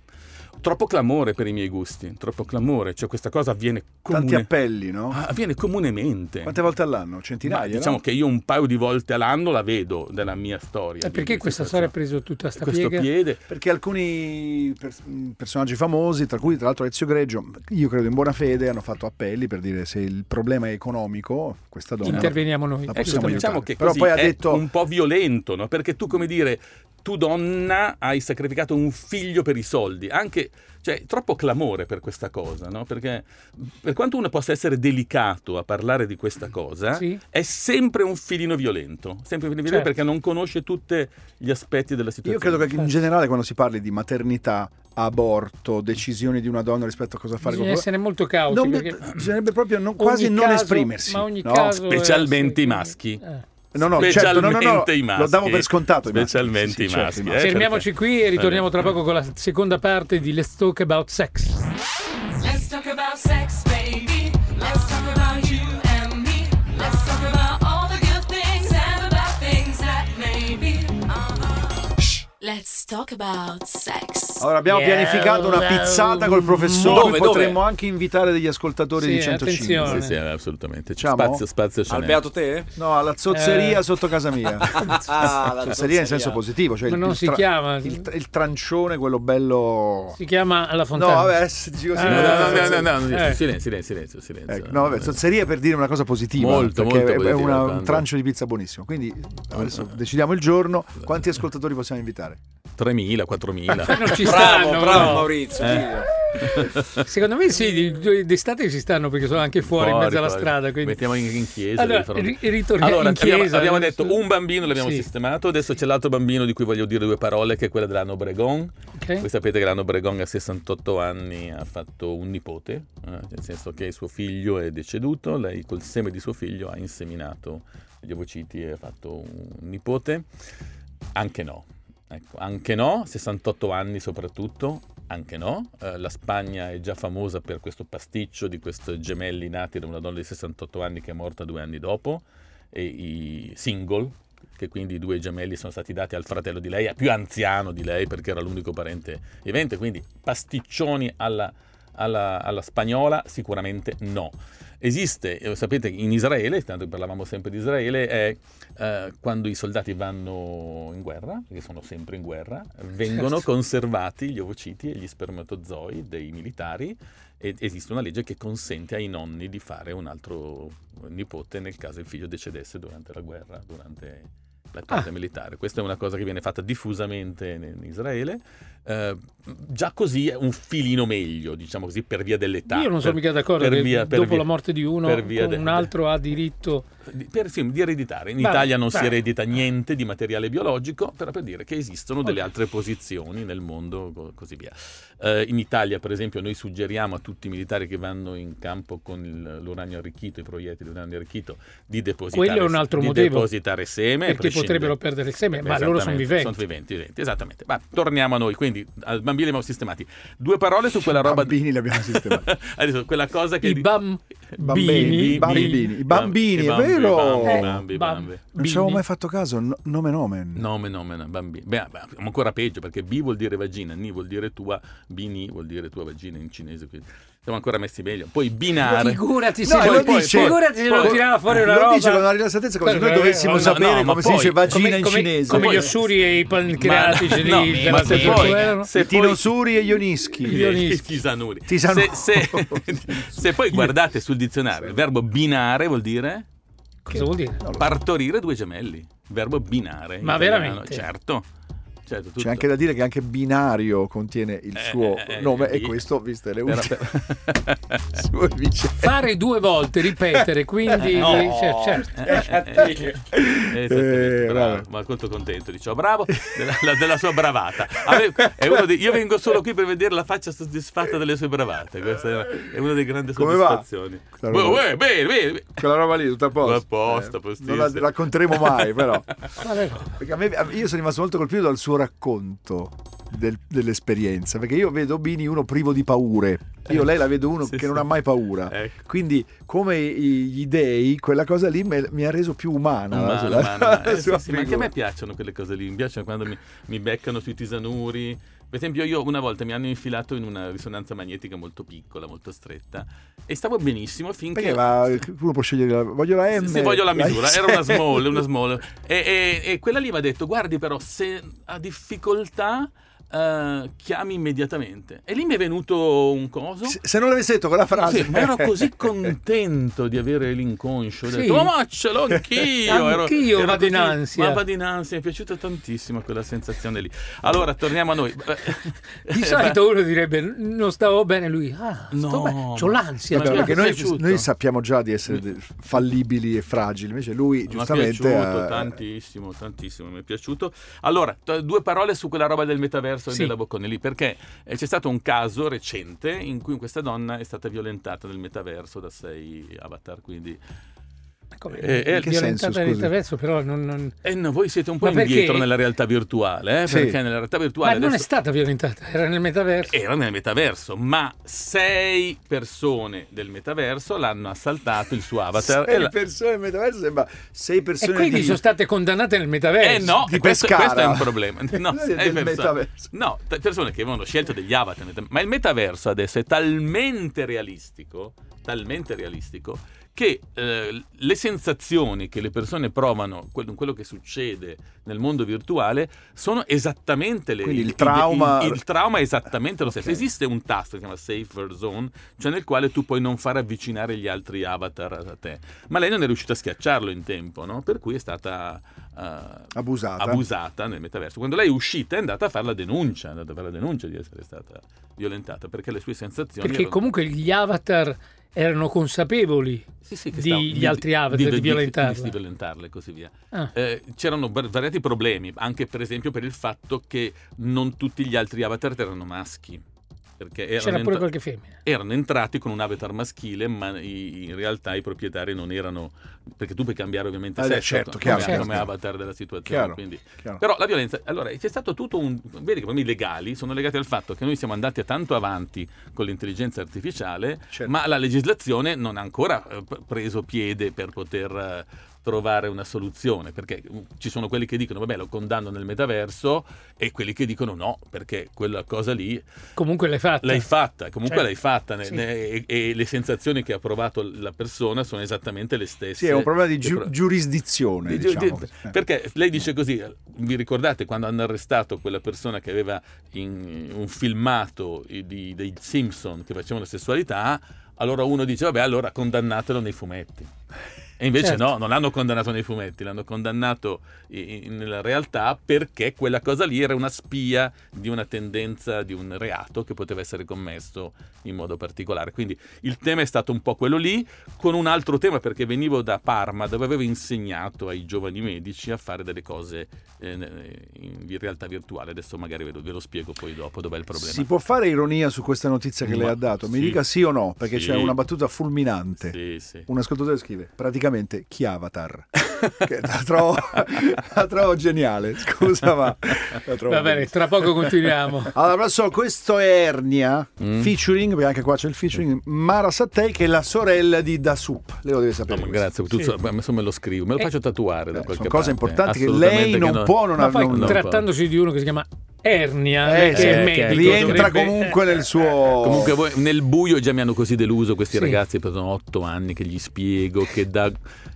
Speaker 3: troppo clamore per i miei gusti, troppo clamore, cioè questa cosa avviene
Speaker 4: Tanti
Speaker 3: comune-
Speaker 4: appelli, no?
Speaker 3: Ah, avviene comunemente.
Speaker 4: Quante volte all'anno?
Speaker 3: Ma
Speaker 4: Centinaia?
Speaker 3: diciamo
Speaker 4: no?
Speaker 3: che io un paio di volte all'anno la vedo nella mia storia.
Speaker 2: E
Speaker 3: di-
Speaker 2: Eh, perché
Speaker 3: di
Speaker 2: questa storia ha
Speaker 3: situazione.
Speaker 2: preso tutta sta
Speaker 3: questo
Speaker 2: piega?
Speaker 3: piede?
Speaker 4: Perché alcuni pers- mh, personaggi famosi, tra cui tra l'altro Ezio Greggio, io credo in buona fede, hanno fatto appelli per dire se il problema è economico, questa donna...
Speaker 2: Interveniamo noi.
Speaker 4: La
Speaker 3: Ecco,
Speaker 4: possiamo
Speaker 3: diciamo
Speaker 4: aiutare.
Speaker 3: che
Speaker 4: Però
Speaker 3: così
Speaker 4: poi ha
Speaker 3: è
Speaker 4: detto-
Speaker 3: un po' violento, no? perché tu, come dire, tu donna hai sacrificato un figlio per i soldi, anche cioè, troppo clamore per questa cosa, no? perché per quanto uno possa essere delicato a parlare di questa cosa,
Speaker 2: Sì.
Speaker 3: è sempre un filino violento, sempre un filino violento
Speaker 2: Certo.
Speaker 3: perché non conosce tutti gli aspetti della
Speaker 4: Io
Speaker 3: situazione.
Speaker 4: credo che in generale quando si parli di maternità, aborto, decisioni di una donna rispetto a cosa fare
Speaker 2: Bisogna
Speaker 4: con
Speaker 2: essere molto cauti.
Speaker 4: Non-
Speaker 2: perché
Speaker 4: bisognerebbe proprio non-
Speaker 2: ogni
Speaker 4: quasi non
Speaker 2: caso-
Speaker 4: esprimersi,
Speaker 2: Ma ogni
Speaker 4: no?
Speaker 2: caso è-
Speaker 3: Specialmente
Speaker 2: sì,
Speaker 3: i maschi.
Speaker 2: eh.
Speaker 4: No, no, certo, no,
Speaker 3: specialmente
Speaker 4: no, no,
Speaker 3: i maschi.
Speaker 4: lo davo per scontato. i maschi,
Speaker 3: Specialmente
Speaker 4: sì, sì,
Speaker 3: i
Speaker 4: certo,
Speaker 3: maschi,
Speaker 4: i
Speaker 3: eh,
Speaker 2: Fermiamoci
Speaker 3: perché-
Speaker 2: qui e ritorniamo tra poco con la seconda parte di Let's Talk About Sex.
Speaker 1: Let's talk about sex, baby. Let's talk about you and me. Let's talk about all the good things and the bad things that may be. Uh-huh. Shh. Let's talk about sex.
Speaker 4: Allora, abbiamo
Speaker 2: Yeah,
Speaker 4: pianificato una
Speaker 2: no.
Speaker 4: pizzata col professore.
Speaker 3: Dove, dove?
Speaker 4: Potremmo anche invitare degli ascoltatori
Speaker 2: Sì,
Speaker 4: di 105.
Speaker 2: attenzione.
Speaker 3: Sì, sì, assolutamente. C'è
Speaker 4: Diciamo?
Speaker 3: spazio, spazio. ce n'è.
Speaker 5: Al beato te?
Speaker 4: No, alla zozzeria
Speaker 2: Eh.
Speaker 4: sotto casa mia.
Speaker 5: Ah,
Speaker 3: Cioè,
Speaker 5: la
Speaker 4: zozzeria in senso
Speaker 5: zozzeria.
Speaker 4: positivo. Cioè
Speaker 2: Ma
Speaker 4: il-
Speaker 2: non
Speaker 4: il
Speaker 2: si chiama-
Speaker 4: Il, tra- il trancione, quello bello.
Speaker 2: Si chiama alla
Speaker 4: No,
Speaker 2: fontana.
Speaker 4: vabbè, adesso dici così.
Speaker 2: Ah,
Speaker 3: No,
Speaker 4: no,
Speaker 3: no, no,
Speaker 4: no,
Speaker 3: no, no, no,
Speaker 2: Eh.
Speaker 3: silenzio, silenzio, silenzio, silenzio.
Speaker 4: Ecco, no, vabbè, zozzeria per dire una cosa positiva.
Speaker 3: Molto,
Speaker 4: perché
Speaker 3: molto
Speaker 4: è- è
Speaker 3: positiva,
Speaker 4: una- un
Speaker 3: tanto.
Speaker 4: trancio di pizza buonissimo. Quindi adesso decidiamo il giorno. Quanti ascoltatori possiamo invitare?
Speaker 3: 3.000, 4.000.
Speaker 2: Non ci
Speaker 5: Bravo,
Speaker 2: stanno,
Speaker 5: bravo
Speaker 2: no.
Speaker 5: Maurizio.
Speaker 3: Eh.
Speaker 5: dillo.
Speaker 2: Secondo me sì, di- d'estate ci stanno perché sono anche fuori, in mezzo alla
Speaker 3: fuori.
Speaker 2: strada. Quindi...
Speaker 3: Mettiamo in, in chiesa.
Speaker 2: Allora,
Speaker 3: devi fare un-
Speaker 2: ri- ritorniamo
Speaker 3: Allora,
Speaker 2: in chiesa.
Speaker 3: abbiamo- Abbiamo,
Speaker 2: adesso.
Speaker 3: detto un bambino, l'abbiamo
Speaker 2: Sì.
Speaker 3: sistemato. Adesso c'è l'altro bambino di cui voglio dire due parole, che è quella dell'Anno Bregon.
Speaker 2: Ok.
Speaker 3: Voi sapete che l'Anno Bregon a 68 anni ha fatto un nipote, eh, nel senso che suo figlio è deceduto, lei col seme di suo figlio ha inseminato gli ovociti e ha fatto un nipote. Anche no, ecco, anche no, 68 anni soprattutto, anche no. Eh, la Spagna è già famosa per questo pasticcio di questi gemelli nati da una donna di 68 anni che è morta due anni dopo, e i single, che quindi i due gemelli sono stati dati al fratello di lei, più anziano di lei perché era l'unico parente vivente, quindi pasticcioni alla, alla- alla spagnola sicuramente no. Esiste, eh, sapete, in Israele, tanto che parlavamo sempre di Israele, è eh, quando i soldati vanno in guerra, perché sono sempre in guerra, vengono
Speaker 2: Certo.
Speaker 3: conservati gli ovociti e gli spermatozoi dei militari e esiste una legge che consente ai nonni di fare un altro nipote nel caso il figlio decedesse durante la guerra, durante la parte
Speaker 2: Ah.
Speaker 3: militare. Questa è una cosa che viene fatta diffusamente in in Israele. Eh, già così è un filino meglio, diciamo così, per via dell'età.
Speaker 2: Io non sono
Speaker 3: per-
Speaker 2: mica d'accordo
Speaker 3: per
Speaker 2: che
Speaker 3: via- per
Speaker 2: dopo
Speaker 3: via-
Speaker 2: la morte di uno
Speaker 3: per via
Speaker 2: con
Speaker 3: de-
Speaker 2: un altro ha diritto...
Speaker 3: di, per- sì, di ereditare. In
Speaker 2: Vabbè,
Speaker 3: Italia non si
Speaker 2: vabbè.
Speaker 3: eredita niente di materiale biologico, però per dire che esistono delle altre posizioni nel mondo, co- così via. Eh, in Italia, per esempio, noi suggeriamo a tutti i militari che vanno in campo con il- l'uranio arricchito, i proiettili di uranio arricchito, di depositare,
Speaker 2: Quello è un altro
Speaker 3: di
Speaker 2: motivo.
Speaker 3: depositare seme. a
Speaker 2: perché
Speaker 3: prescindere.
Speaker 2: potrebbero perdere il seme, ma
Speaker 3: Esattamente,
Speaker 2: loro sono viventi.
Speaker 3: viventi, viventi, esattamente. Ma torniamo a noi, quindi al bambini li abbiamo sistemati. Due parole su quella roba...
Speaker 4: Bambini li abbiamo sistemati.
Speaker 3: Adesso, quella cosa che...
Speaker 2: I
Speaker 3: di-
Speaker 2: bambini.
Speaker 4: Bambini, i bambini, i bambini, è vero!
Speaker 3: Bambini,
Speaker 4: Eh,
Speaker 3: bambini, bambini.
Speaker 4: Non ci avevo mai fatto caso. no- nome nomen.
Speaker 3: No, no, no, bambini. Beh, beh, ancora peggio perché B vuol dire vagina, Ni vuol dire tua, Bini vuol dire tua vagina in cinese. Quindi siamo ancora messi meglio. Poi binare.
Speaker 2: Figurati se
Speaker 4: No,
Speaker 2: lo,
Speaker 4: lo dice-
Speaker 2: figurati se
Speaker 3: poi-
Speaker 2: lo tirava fuori una
Speaker 4: lo
Speaker 2: roba.
Speaker 4: dice con una rilassatezza come se noi
Speaker 2: Perché-
Speaker 4: dovessimo
Speaker 2: Certo, eh, no, no,
Speaker 4: sapere
Speaker 3: ma
Speaker 4: come si dice
Speaker 3: poi-
Speaker 4: vagina in
Speaker 2: come,
Speaker 4: cinese.
Speaker 2: come
Speaker 3: Poi-
Speaker 2: gli ossuri e i pancreatici
Speaker 3: Ma-
Speaker 2: lì,
Speaker 3: no,
Speaker 2: della
Speaker 3: ma se
Speaker 2: terza
Speaker 3: poi-
Speaker 2: guerra.
Speaker 3: se poi-
Speaker 4: Tinosuri e Ionischi.
Speaker 2: Tisanuri.
Speaker 3: Tisanuri.
Speaker 4: Tisanuri.
Speaker 3: Se, se- se poi guardate sul dizionario, il verbo binare vuol dire
Speaker 2: cosa vuol dire?
Speaker 3: partorire due gemelli. Verbo binare. in
Speaker 2: Ma
Speaker 3: italiano.
Speaker 2: veramente?
Speaker 3: Certo. Certo, tutto.
Speaker 4: C'è anche da dire che anche binario contiene il
Speaker 3: Eh,
Speaker 4: suo
Speaker 3: eh, eh,
Speaker 4: nome e
Speaker 3: sì.
Speaker 4: questo, viste le
Speaker 3: Però-
Speaker 4: ultime sue vicende.
Speaker 2: Fare due volte, ripetere, quindi
Speaker 3: No.
Speaker 2: cioè, certo.
Speaker 3: Eh, eh, eh, esattamente,
Speaker 4: Eh,
Speaker 3: bravo.
Speaker 4: vabbè.
Speaker 3: ma quanto contento di ciò, bravo della, la- della sua bravata. Ave- è uno dei- io vengo solo qui per vedere la faccia soddisfatta delle sue bravate. Questa è una- è una delle grandi
Speaker 4: Come va?
Speaker 3: soddisfazioni.
Speaker 4: Questa roba.
Speaker 3: Beh, beh, bene, bene, bene.
Speaker 4: Quella roba lì, tutta a posto.
Speaker 3: A posto,
Speaker 4: Eh,
Speaker 3: postissimo.
Speaker 4: non la racconteremo mai, però.
Speaker 2: Vabbè.
Speaker 4: Perché a me- a- io sono rimasto molto colpito dal suo racconto del- dell'esperienza, perché io vedo Bini uno privo di paure. Io lei la vedo uno
Speaker 3: Eh. Sì,
Speaker 4: che
Speaker 3: sì.
Speaker 4: non ha mai paura.
Speaker 3: Ecco.
Speaker 4: Quindi, come i- gli dei, quella cosa lì me- mi ha reso più umana. la sua-
Speaker 3: Umana, umana.
Speaker 4: la
Speaker 3: Eh, sì,
Speaker 4: sua
Speaker 3: sì, ma anche a
Speaker 4: figura.
Speaker 3: me piacciono quelle cose lì, mi piacciono quando mi, mi beccano sui tisanuri, Per esempio, io una volta mi hanno infilato in una risonanza magnetica molto piccola, molto stretta, e stavo benissimo finché.
Speaker 4: Perché va, uno può scegliere la, voglio la M.
Speaker 3: Se voglio la misura, era una
Speaker 4: S.
Speaker 3: small, una small. E, e- e quella lì mi ha detto, guardi però, se ha difficoltà, eh, chiami immediatamente. E lì mi è venuto un coso.
Speaker 4: Se, se non l'avessi detto quella frase.
Speaker 3: Sì, ma ero così contento di avere l'inconscio. Ho
Speaker 2: Sì.
Speaker 3: detto, "Oh, ma ce l'ho anch'io. ero-
Speaker 2: Anch'io
Speaker 3: ero
Speaker 2: vado in
Speaker 3: così-
Speaker 2: ansia.
Speaker 3: Ma vado in ansia, mi è piaciuta tantissimo quella sensazione lì. Allora, torniamo a noi.
Speaker 2: Di solito uno direbbe non stavo bene, lui ah,
Speaker 3: No.
Speaker 2: sto bene, c'ho l'ansia.
Speaker 3: Ma
Speaker 2: c'ho
Speaker 4: Vabbè,
Speaker 2: l'ansia.
Speaker 3: Mi
Speaker 4: perché
Speaker 3: è
Speaker 4: noi,
Speaker 3: piaciuto.
Speaker 4: noi sappiamo già di essere de- fallibili e fragili, invece lui
Speaker 3: Mi è
Speaker 4: giustamente...
Speaker 3: piaciuto
Speaker 2: eh,
Speaker 4: ha-
Speaker 3: tantissimo, tantissimo, mi è piaciuto. Allora, t- due parole su quella roba del metaverso
Speaker 2: Sì.
Speaker 3: e della Boccone lì, perché eh, c'è stato un caso recente in cui questa donna è stata violentata nel metaverso da sei avatar, quindi...
Speaker 2: Come-
Speaker 3: Eh, eh, in
Speaker 4: che
Speaker 2: violentata
Speaker 4: senso,
Speaker 2: nel
Speaker 4: scusi?
Speaker 2: metaverso, però non, non-
Speaker 3: E eh no, voi siete un po'
Speaker 2: Ma perché?
Speaker 3: indietro nella realtà virtuale, eh,
Speaker 4: Sì.
Speaker 3: perché nella realtà
Speaker 2: Ma
Speaker 3: virtuale
Speaker 2: non è
Speaker 3: adesso-
Speaker 2: stata violentata, era nel metaverso.
Speaker 3: era nel metaverso, ma sei persone del metaverso l'hanno assaltato il suo avatar.
Speaker 4: Sei
Speaker 3: e la-
Speaker 4: persone in metaverso sembra sei
Speaker 2: E
Speaker 4: persone
Speaker 2: quindi
Speaker 4: di...
Speaker 2: sono state condannate nel metaverso.
Speaker 3: Eh no,
Speaker 4: di
Speaker 3: e questo,
Speaker 4: Pescara.
Speaker 3: questo è un problema. No,
Speaker 4: Del
Speaker 3: sei persone-
Speaker 4: metaverso.
Speaker 3: no, t- persone che avevano scelto degli avatar. Ma il metaverso adesso è talmente realistico, talmente realistico, che eh, le sensazioni che le persone provano, quello, quello che succede nel mondo virtuale, sono esattamente le
Speaker 4: Quindi il trauma-
Speaker 3: Il, il trauma è esattamente lo stesso.
Speaker 4: Ok.
Speaker 3: Esiste un tasto che si chiama Safer Zone, cioè nel quale tu puoi non far avvicinare gli altri avatar a te. Ma lei non è riuscita a schiacciarlo in tempo, no? Per cui è stata eh,
Speaker 4: Abusata.
Speaker 3: abusata nel metaverso. Quando lei è uscita è andata a fare la denuncia, è andata a fare la denuncia di essere stata violentata perché le sue sensazioni
Speaker 2: Perché
Speaker 3: erano-
Speaker 2: comunque gli avatar erano consapevoli.
Speaker 3: Sì, sì,
Speaker 2: di-
Speaker 3: stavo-
Speaker 2: gli altri avatar, di violentarla.
Speaker 3: di violentarla e così via.
Speaker 2: Ah.
Speaker 3: Eh, c'erano var- variati problemi, anche per esempio per il fatto che non tutti gli altri avatar erano maschi. Perché erano
Speaker 2: C'era pure
Speaker 3: entra-
Speaker 2: qualche femmina.
Speaker 3: erano entrati con un avatar maschile, ma i- in realtà i proprietari non erano. Perché tu puoi cambiare ovviamente
Speaker 4: Ah,
Speaker 3: sesso
Speaker 4: certo,
Speaker 3: come,
Speaker 4: chiaro,
Speaker 3: come
Speaker 2: certo.
Speaker 3: come avatar della situazione.
Speaker 4: Chiaro.
Speaker 3: quindi-
Speaker 4: Chiaro.
Speaker 3: Però la violenza. Allora, c'è stato tutto un. Vedi che i problemi legali sono legati al fatto che noi siamo andati tanto avanti con l'intelligenza artificiale,
Speaker 4: Certo.
Speaker 3: ma la legislazione non ha ancora eh, p- preso piede per poter. eh, trovare una soluzione perché uh, ci sono quelli che dicono vabbè lo condanno nel metaverso e quelli che dicono no perché quella cosa lì
Speaker 2: Comunque l'hai fatta.
Speaker 3: L'hai fatta, comunque
Speaker 2: Cioè,
Speaker 3: l'hai fatta ne-
Speaker 2: sì.
Speaker 3: ne- e, e le sensazioni che ha provato la persona sono esattamente le stesse.
Speaker 4: Sì, è un problema di
Speaker 3: che
Speaker 4: giu-
Speaker 3: pro-
Speaker 4: giurisdizione,
Speaker 3: di- di-
Speaker 4: diciamo.
Speaker 3: di-
Speaker 4: Eh.
Speaker 3: Perché lei dice così, vi ricordate quando hanno arrestato quella persona che aveva in- eh, un filmato i- di- dei Simpson che facevano sessualità, allora uno dice vabbè allora condannatelo nei fumetti. E invece
Speaker 2: Certo.
Speaker 3: no, non l'hanno condannato nei fumetti, l'hanno condannato i- i- nella realtà perché quella cosa lì era una spia di una tendenza, di un reato che poteva essere commesso in modo particolare. Quindi il tema è stato un po' quello lì, con un altro tema perché venivo da Parma dove avevo insegnato ai giovani medici a fare delle cose eh, in in realtà virtuale. Adesso magari ve lo, ve lo spiego poi dopo dov'è il problema.
Speaker 4: Si può fare ironia su questa notizia che
Speaker 3: Ma-
Speaker 4: lei ha dato? Mi
Speaker 3: sì.
Speaker 4: dica sì o no, perché
Speaker 3: Sì.
Speaker 4: c'è una battuta fulminante.
Speaker 3: Sì, sì.
Speaker 4: Un ascoltatore scrive praticamente chi avatar. Che la, trovo, la trovo geniale, scusa ma la trovo
Speaker 2: Va bene, tra poco
Speaker 3: Ah,
Speaker 2: continuiamo.
Speaker 4: Allora, adesso questo è Ernia,
Speaker 3: Mm.
Speaker 4: featuring, perché anche qua c'è il featuring, Mara Sattei che è la sorella di Da Soup. Lei lo deve
Speaker 3: No,
Speaker 4: sapere.
Speaker 3: ma
Speaker 4: questo.
Speaker 3: grazie, tu
Speaker 2: Sì.
Speaker 3: so- ma insomma me lo scrivo, me lo
Speaker 2: Eh,
Speaker 3: faccio tatuare da
Speaker 4: Eh,
Speaker 3: qualche
Speaker 4: sono
Speaker 3: parte.
Speaker 4: cose importanti che
Speaker 3: Assolutamente
Speaker 4: lei
Speaker 3: che
Speaker 4: non
Speaker 3: no.
Speaker 4: può non
Speaker 2: Ma
Speaker 4: avere.
Speaker 2: poi
Speaker 4: non-
Speaker 2: trattandosi di uno che si chiama Ernia,
Speaker 3: Ah,
Speaker 4: Eh,
Speaker 2: che Eh,
Speaker 4: sì,
Speaker 2: è
Speaker 3: ok.
Speaker 2: medico,
Speaker 4: rientra
Speaker 2: dovrebbe-
Speaker 4: comunque nel suo...
Speaker 3: Eh, Comunque voi, nel buio già mi hanno così deluso questi
Speaker 2: Sì.
Speaker 3: ragazzi, sono otto anni che gli spiego che da,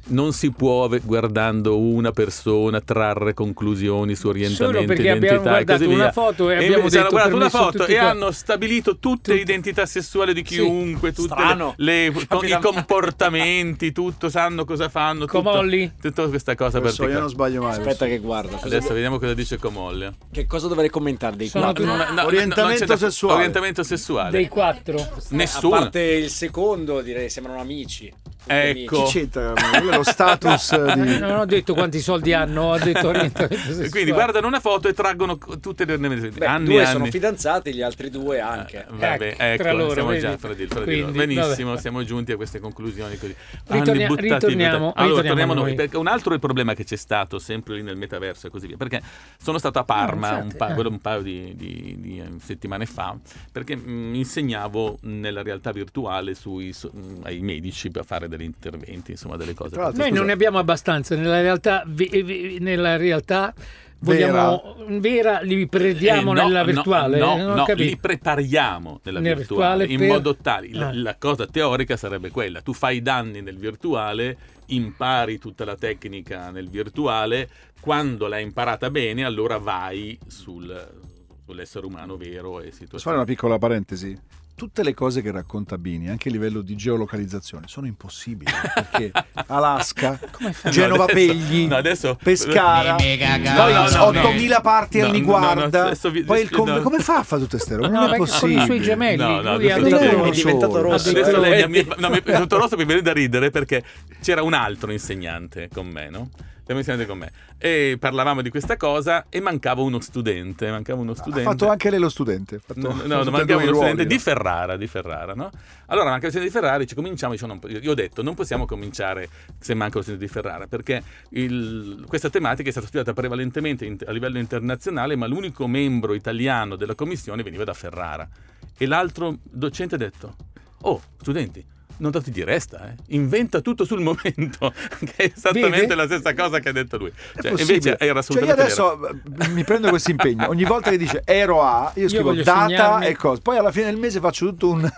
Speaker 3: non si può ave- guardando una persona trarre conclusioni su orientamento,
Speaker 2: Solo perché
Speaker 3: identità
Speaker 2: abbiamo
Speaker 3: e così
Speaker 2: guardato
Speaker 3: via.
Speaker 2: una foto e, abbiamo
Speaker 3: invece hanno
Speaker 2: detto
Speaker 3: guardato una
Speaker 2: per me sono
Speaker 3: foto
Speaker 2: tutti
Speaker 3: e
Speaker 2: qua.
Speaker 3: hanno stabilito tutte le identità sessuali di
Speaker 2: Sì.
Speaker 3: chiunque, tutte
Speaker 5: Strano.
Speaker 3: le- le- con- i
Speaker 5: Capito?
Speaker 3: comportamenti, tutto, sanno cosa fanno, tutto,
Speaker 2: Comolli.
Speaker 3: tutta questa cosa
Speaker 4: Adesso io non
Speaker 3: particolare.
Speaker 4: sbaglio mai.
Speaker 5: Aspetta che guarda. cosa-
Speaker 3: Adesso vediamo cosa dice Comolle.
Speaker 5: Che cosa dovrei commentare dei
Speaker 2: Sono
Speaker 5: quattro?
Speaker 2: tutti-
Speaker 3: No, no, no,
Speaker 4: Orientamento
Speaker 3: non c'è da-
Speaker 4: sessuale.
Speaker 3: Orientamento sessuale.
Speaker 2: dei quattro.
Speaker 5: A
Speaker 3: Nessuno.
Speaker 5: parte il secondo, direi sembrano amici. Tutti
Speaker 3: Ecco.
Speaker 5: amici.
Speaker 4: Chi c'entra? Quello è lo status di...
Speaker 2: ah, Non ho detto quanti soldi hanno, ho detto orientamento sessuale.
Speaker 3: Quindi guardano una foto e traggono co- tutte le ornamentazioni.
Speaker 5: Beh,
Speaker 3: anni e
Speaker 5: due
Speaker 3: anni.
Speaker 5: sono fidanzati, gli altri due anche.
Speaker 3: Eh, Vabbè,
Speaker 2: Ecco,
Speaker 3: ecco,
Speaker 2: tra loro,
Speaker 3: siamo
Speaker 2: vedi?
Speaker 3: già fra di, fra di
Speaker 2: Quindi,
Speaker 3: loro. Benissimo,
Speaker 2: vabbè.
Speaker 3: siamo giunti a queste conclusioni così.
Speaker 2: Ritornia-
Speaker 3: Anni buttati in
Speaker 2: ritorniamo-
Speaker 3: tutta- Allora,
Speaker 2: ritorniamo
Speaker 3: torniamo
Speaker 2: a
Speaker 3: noi.
Speaker 2: noi.
Speaker 3: Perché un altro problema che c'è stato sempre lì nel metaverso e così via, perché sono stato a Parma
Speaker 2: Ah,
Speaker 3: un,
Speaker 2: infatti,
Speaker 3: pa-
Speaker 2: eh.
Speaker 3: quello un paio di, di- di eh, settimane fa, mm, perché mh, insegnavo nella realtà virtuale sui, su- mh, mm, ai medici per fare degli interventi, insomma, delle cose.
Speaker 4: Tra l'altro-
Speaker 2: Noi
Speaker 4: scusa.
Speaker 2: non ne abbiamo abbastanza, nella realtà, vi- vi- nella realtà vogliamo vera, li prendiamo
Speaker 3: Eh, no,
Speaker 2: nella
Speaker 3: no,
Speaker 2: virtuale.
Speaker 3: No,
Speaker 2: non ho
Speaker 3: no,
Speaker 2: capito.
Speaker 3: li prepariamo nella
Speaker 2: Nel
Speaker 3: virtuale,
Speaker 2: virtuale
Speaker 3: in
Speaker 2: per-
Speaker 3: modo tale. La,
Speaker 2: Ah.
Speaker 3: la cosa teorica sarebbe quella: tu fai i danni nel virtuale, impari tutta la tecnica nel virtuale, quando l'hai imparata bene, allora vai sul- sull'essere umano vero e
Speaker 4: Posso fare una
Speaker 3: situazione.
Speaker 4: piccola parentesi? Tutte le cose che racconta Bini, anche a livello di geolocalizzazione, sono impossibili. Perché Alaska, Genova
Speaker 3: adesso-
Speaker 4: Pegli,
Speaker 3: no, adesso-
Speaker 4: Pescara,
Speaker 3: No, no, no,
Speaker 4: 8000
Speaker 3: no.
Speaker 4: parti
Speaker 3: No,
Speaker 4: al
Speaker 3: no, no,
Speaker 4: riguarda.
Speaker 3: adesso vi-
Speaker 4: Poi il com-
Speaker 3: no.
Speaker 4: come fa a fare tutte queste robe?
Speaker 2: No,
Speaker 4: Non
Speaker 2: perché
Speaker 4: è
Speaker 2: con i
Speaker 4: possibile.
Speaker 2: suoi gemelli
Speaker 3: No, no,
Speaker 2: lui ha
Speaker 3: adesso-
Speaker 2: detto-
Speaker 4: Non
Speaker 5: è diventato
Speaker 2: eh.
Speaker 4: solo.
Speaker 5: rosso.
Speaker 3: Ah, Adesso lei mi,
Speaker 5: Assolutamente.
Speaker 3: no, mi, dottor Rosso mi viene da ridere perché c'era un altro insegnante con me, no? C'era un insegnante con me. E parlavamo di questa cosa e mancava uno studente. Mancava uno
Speaker 4: Ha
Speaker 3: studente.
Speaker 4: fatto anche lei lo studente. ha fatto-
Speaker 3: No, no,
Speaker 4: ha
Speaker 3: no,
Speaker 4: fatto
Speaker 3: mancava
Speaker 4: due
Speaker 3: uno
Speaker 4: ruoli,
Speaker 3: studente di
Speaker 4: no?
Speaker 3: Ferrara, di Ferrara, no? Allora, manca lo studente di Ferrara, dice, cominciamo, dice, non po- io ho detto, non possiamo cominciare se manca lo studente di Ferrara, perché il- questa tematica è stata studiata prevalentemente in- a livello internazionale, ma l'unico membro italiano della commissione veniva da Ferrara. E l'altro docente ha detto, oh, studenti, non dati di resta, eh. inventa tutto sul momento, che è esattamente
Speaker 2: Vede?
Speaker 3: la stessa cosa che ha detto lui.
Speaker 4: È
Speaker 3: Cioè,
Speaker 4: possibile.
Speaker 3: invece era
Speaker 4: Cioè, io
Speaker 3: assolutamente vero.
Speaker 4: adesso eh, mi prendo questo impegno. Ogni volta che dice ero a, io scrivo
Speaker 2: voglio
Speaker 4: data
Speaker 2: segnarmi-
Speaker 4: e cosa. Poi alla fine del mese faccio tutto un,
Speaker 3: bene.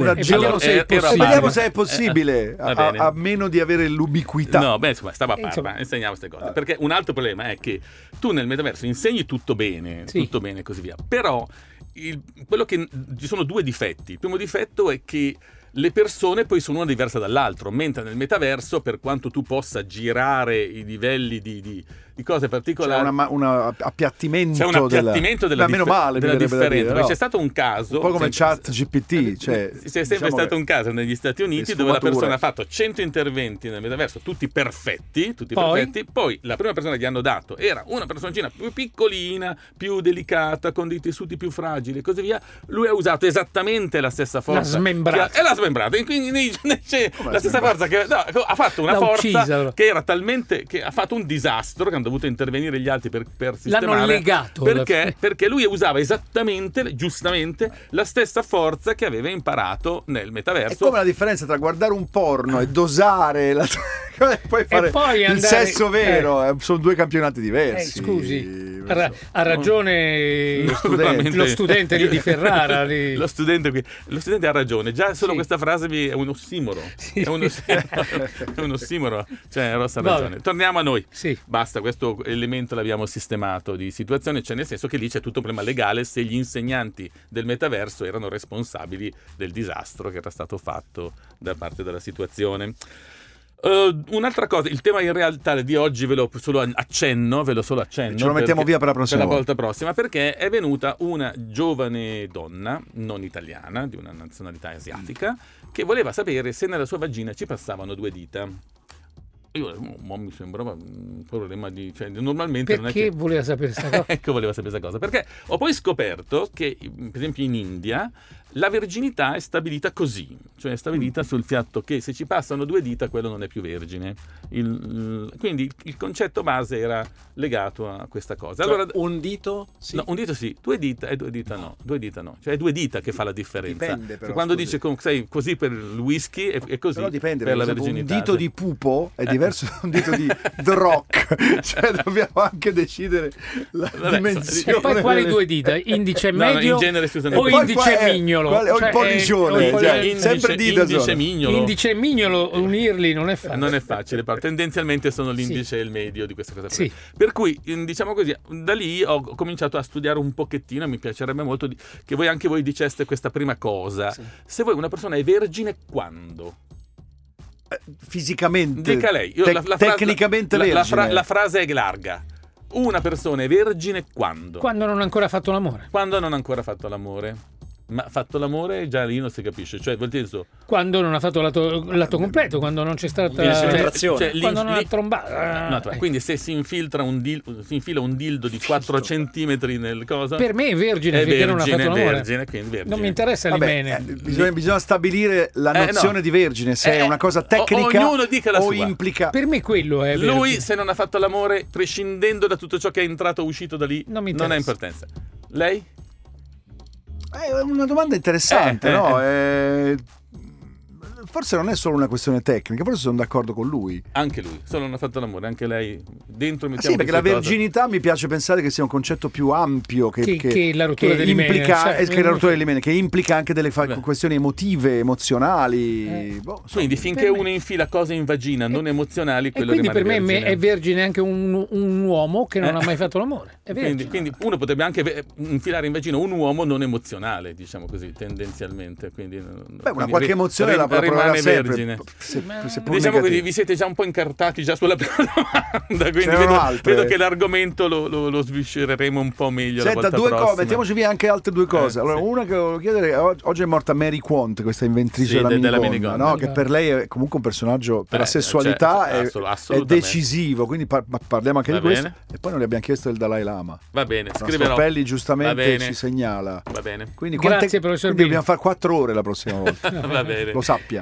Speaker 4: una
Speaker 3: E vediamo
Speaker 4: geo-
Speaker 3: se è
Speaker 4: e
Speaker 3: possibile.
Speaker 4: vediamo se è possibile,
Speaker 3: Va
Speaker 4: a-
Speaker 3: bene.
Speaker 4: a, meno di avere l'ubiquità.
Speaker 3: No, beh, insomma, stava a
Speaker 2: Eh, insomma.
Speaker 3: Parma, insegniamo queste
Speaker 4: Ah.
Speaker 3: cose. Perché un altro problema è che tu nel metaverso insegni tutto bene,
Speaker 2: Sì.
Speaker 3: tutto bene e così via. Però il- quello che, ci sono due difetti. Il primo difetto è che le persone poi sono una diversa dall'altro, mentre nel metaverso, per quanto tu possa girare i livelli di, di- di cose
Speaker 4: C'è
Speaker 3: particolari,
Speaker 4: una ma- una appiattimento.
Speaker 3: c'è un appiattimento della,
Speaker 4: Ma meno
Speaker 3: differ-
Speaker 4: male, mi
Speaker 3: della
Speaker 4: verrebbe da
Speaker 3: differenza.
Speaker 4: dire,
Speaker 3: perché
Speaker 4: no?
Speaker 3: C'è stato un caso.
Speaker 4: Un po' come
Speaker 3: sempre- Eh,
Speaker 4: chat GPT. Cioè,
Speaker 3: c'è sempre
Speaker 4: diciamo
Speaker 3: stato
Speaker 4: che-
Speaker 3: un caso negli Stati Uniti
Speaker 4: le
Speaker 3: dove la
Speaker 4: sfumature.
Speaker 3: persona ha fatto 100 interventi nel metaverso, tutti perfetti, tutti
Speaker 2: Poi?
Speaker 3: perfetti. Poi la prima persona che gli hanno dato era una personcina più piccolina, più delicata, con dei tessuti più fragili e così via. Lui ha usato esattamente la stessa forza.
Speaker 2: smembrata.
Speaker 3: che ha- E l'ha smembrata. E quindi nei- nei- c'è
Speaker 4: Come
Speaker 3: la stessa
Speaker 4: smembrata?
Speaker 3: forza che no, ha fatto una
Speaker 2: L'ha
Speaker 3: forza
Speaker 2: uccisa, allora.
Speaker 3: che era talmente che ha fatto un disastro che hanno dovuto intervenire gli altri per, per
Speaker 2: L'hanno
Speaker 3: eh, sistemare.
Speaker 2: legato alla
Speaker 3: Perché?
Speaker 2: fine.
Speaker 3: perché lui usava esattamente, giustamente, la stessa forza che aveva imparato nel
Speaker 4: È
Speaker 3: metaverso.
Speaker 4: come la differenza tra guardare un porno e dosare la... e poi fare
Speaker 2: poi
Speaker 4: il
Speaker 2: andare-
Speaker 4: sesso vero. eh, Sono due campionati
Speaker 2: Eh,
Speaker 4: diversi.
Speaker 2: scusi,
Speaker 4: Non
Speaker 2: ha, ra-
Speaker 4: so.
Speaker 2: ha ragione
Speaker 4: Lo studente.
Speaker 3: veramente.
Speaker 2: lo studente lì di Ferrara. lì.
Speaker 3: Lo, studente qui- lo studente ha ragione, già solo
Speaker 2: Sì.
Speaker 3: questa frase mi- è un ossimoro.
Speaker 2: Sì.
Speaker 3: È un ossimoro. è un ossimoro. Cioè, Rossa ha
Speaker 2: Vabbè.
Speaker 3: ragione. Torniamo a noi.
Speaker 2: Sì.
Speaker 3: Basta, questo elemento l'abbiamo sistemato di situazione, cioè nel senso che lì c'è tutto un problema legale se gli insegnanti del metaverso erano responsabili del disastro che era stato fatto da parte della situazione. Eh, un'altra cosa, il tema in realtà di oggi ve lo solo accenno, ve lo solo accenno.
Speaker 4: Ce lo mettiamo
Speaker 3: perché-
Speaker 4: via per la prossima
Speaker 3: per la
Speaker 4: volta.
Speaker 3: volta prossima perché è venuta una giovane donna non italiana di una nazionalità asiatica che voleva sapere se nella sua vagina ci passavano due dita io mo- mo mi sembrava un problema di cioè, normalmente non è
Speaker 2: Perché
Speaker 3: che
Speaker 2: voleva sapere questa cosa?
Speaker 3: ecco voleva sapere questa cosa perché ho poi scoperto che per esempio in India la verginità è stabilita così cioè è stabilita sul fiatto che se ci passano due dita quello non è più vergine Il- quindi il concetto base era legato a questa cosa allora
Speaker 5: Cioè, un dito? Sì.
Speaker 3: No, un dito sì, due dita e due dita no. Due dita no. Cioè è due dita che fa la differenza. Cioè,
Speaker 4: Dipende, però,
Speaker 3: Quando
Speaker 4: scusi.
Speaker 3: dice com- sai, così per il whisky e, e così
Speaker 4: Però dipende,
Speaker 3: per
Speaker 4: per
Speaker 3: la
Speaker 4: esempio, un
Speaker 3: verginità.
Speaker 4: dito
Speaker 3: sì. Eh.
Speaker 4: di pupo è diverso da un dito di The Rock, cioè dobbiamo anche decidere la
Speaker 3: Vabbè,
Speaker 4: dimensione.
Speaker 2: E poi quali
Speaker 4: delle-
Speaker 2: due dita? Indice
Speaker 3: eh, No, no,
Speaker 2: medio
Speaker 3: in genere si usano
Speaker 2: o
Speaker 4: E
Speaker 3: poi
Speaker 2: indice
Speaker 4: qua è-
Speaker 2: mignolo?
Speaker 4: quale- o il
Speaker 2: Cioè, è-
Speaker 4: pollicione,
Speaker 2: o il
Speaker 4: cioè,
Speaker 2: pollicione.
Speaker 4: sempre dita
Speaker 3: eh, indice
Speaker 4: sola.
Speaker 3: mignolo.
Speaker 2: Indice e mignolo, unirli non è facile.
Speaker 3: non è facile, però tendenzialmente sono l'indice e il medio di questa cosa.
Speaker 2: Sì.
Speaker 3: Per cui, in- diciamo così, da lì ho cominciato a studiare un pochettino e mi piacerebbe molto di- che voi anche voi diceste questa prima cosa. Se voi una persona è vergine quando?
Speaker 4: Fisicamente,
Speaker 3: Dica lei. Io
Speaker 4: tec-
Speaker 3: la- la frase-
Speaker 4: tecnicamente
Speaker 3: la- la
Speaker 4: vergine.
Speaker 3: fra- la frase è larga. Una persona è vergine quando?
Speaker 2: Quando non ha ancora fatto l'amore.
Speaker 3: Quando non ha ancora fatto l'amore. Ma fatto l'amore già lì non si capisce. Cioè, vuol dire so,
Speaker 2: Quando non ha fatto l'atto, l'atto completo, quando non c'è stata
Speaker 5: Quindi
Speaker 3: cioè-
Speaker 5: sono Penetrazione.
Speaker 3: cioè,
Speaker 2: Quando non ha Eh.
Speaker 3: lì-
Speaker 2: trombato.
Speaker 3: No, tra- quindi se si infiltra un dil- si infila un dildo di 4 centimetri nel coso.
Speaker 2: Per me è vergine
Speaker 3: è
Speaker 2: perché non ha
Speaker 3: vergine,
Speaker 2: fatto l'amore.
Speaker 3: vergine, quindi vergine.
Speaker 2: Non mi interessa
Speaker 4: Vabbè,
Speaker 2: l'imene.
Speaker 4: eh, bisogna, bisogna stabilire la
Speaker 3: Eh,
Speaker 4: nozione
Speaker 3: no.
Speaker 4: di vergine, se
Speaker 3: Eh,
Speaker 4: è una cosa
Speaker 3: o-
Speaker 4: tecnica
Speaker 3: ognuno dica la
Speaker 4: o
Speaker 3: sua.
Speaker 4: implica.
Speaker 2: Ah. Per me quello è vergine.
Speaker 3: Lui, se non ha fatto l'amore, prescindendo da tutto ciò che è entrato o uscito da lì,
Speaker 2: Non mi
Speaker 3: non ha
Speaker 2: interessa.
Speaker 3: importanza. Lei?
Speaker 4: Eh, È una domanda interessante,
Speaker 3: Eh, eh,
Speaker 4: no? Eh, forse non è solo una questione tecnica, forse sono d'accordo con lui.
Speaker 3: Anche lui, solo non ha fatto l'amore, anche lei. Dentro
Speaker 4: Ah,
Speaker 3: mettiamo
Speaker 4: sì, perché la
Speaker 3: queste cose.
Speaker 4: verginità mi piace pensare che sia un concetto più ampio che,
Speaker 2: Che- che la rottura delle mele,
Speaker 4: implica,
Speaker 2: cioè,
Speaker 4: eh, che la rottura delle mele, che implica anche delle fa-
Speaker 3: Beh.
Speaker 4: questioni emotive, emozionali.
Speaker 2: Eh.
Speaker 4: Boh, insomma,
Speaker 3: Quindi finché
Speaker 2: Per me-
Speaker 3: uno infila cose in vagina non emozionali,
Speaker 2: E
Speaker 3: quello
Speaker 2: quindi per
Speaker 3: rimane
Speaker 2: me me-
Speaker 3: vergine.
Speaker 2: è vergine anche un, un uomo che non
Speaker 3: Eh.
Speaker 2: ha mai fatto l'amore. È
Speaker 3: Quindi,
Speaker 2: vergine.
Speaker 3: quindi uno potrebbe anche ve- infilare in vagina un uomo non emozionale, diciamo così, tendenzialmente. Quindi,
Speaker 4: Beh, una qualche emozione la, la proverà
Speaker 3: rimane
Speaker 4: sempre.
Speaker 3: vergine.
Speaker 4: se-
Speaker 2: Ma-
Speaker 4: seppur
Speaker 3: Diciamo
Speaker 4: negativa.
Speaker 3: che vi siete già un po' incartati già sulla prima domanda, quindi
Speaker 4: C'erano
Speaker 3: vedo,
Speaker 4: altre.
Speaker 3: vedo che l'argomento lo, lo- lo sviscereremo un po' meglio la
Speaker 4: Senta,
Speaker 3: volta
Speaker 4: due
Speaker 3: prossima.
Speaker 4: cose, mettiamoci via anche altre due cose.
Speaker 3: Eh,
Speaker 4: allora,
Speaker 3: sì.
Speaker 4: una che volevo chiedere, o- oggi è morta Mary Quant, questa inventrice
Speaker 3: Sì,
Speaker 4: della,
Speaker 3: de- della
Speaker 4: minigonna,
Speaker 3: minigonna.
Speaker 4: no? che per lei è comunque un personaggio per
Speaker 3: Eh,
Speaker 4: la sessualità
Speaker 3: cioè,
Speaker 4: è-
Speaker 3: assol-
Speaker 4: è,
Speaker 3: assolutamente.
Speaker 4: decisivo, quindi par- ma parliamo anche
Speaker 3: Va
Speaker 4: di questo.
Speaker 3: bene.
Speaker 4: E poi non le abbiamo chiesto del Dalai Lama.
Speaker 3: Va bene, scriverò.
Speaker 4: Strappelli
Speaker 3: Va
Speaker 4: giustamente
Speaker 3: bene.
Speaker 4: ci segnala.
Speaker 3: Va bene.
Speaker 4: Quindi
Speaker 2: Grazie,
Speaker 4: quante-
Speaker 2: professor
Speaker 4: quindi
Speaker 2: Bini.
Speaker 4: dobbiamo fare quattro ore la prossima volta.
Speaker 3: Va bene.
Speaker 4: Lo sappia.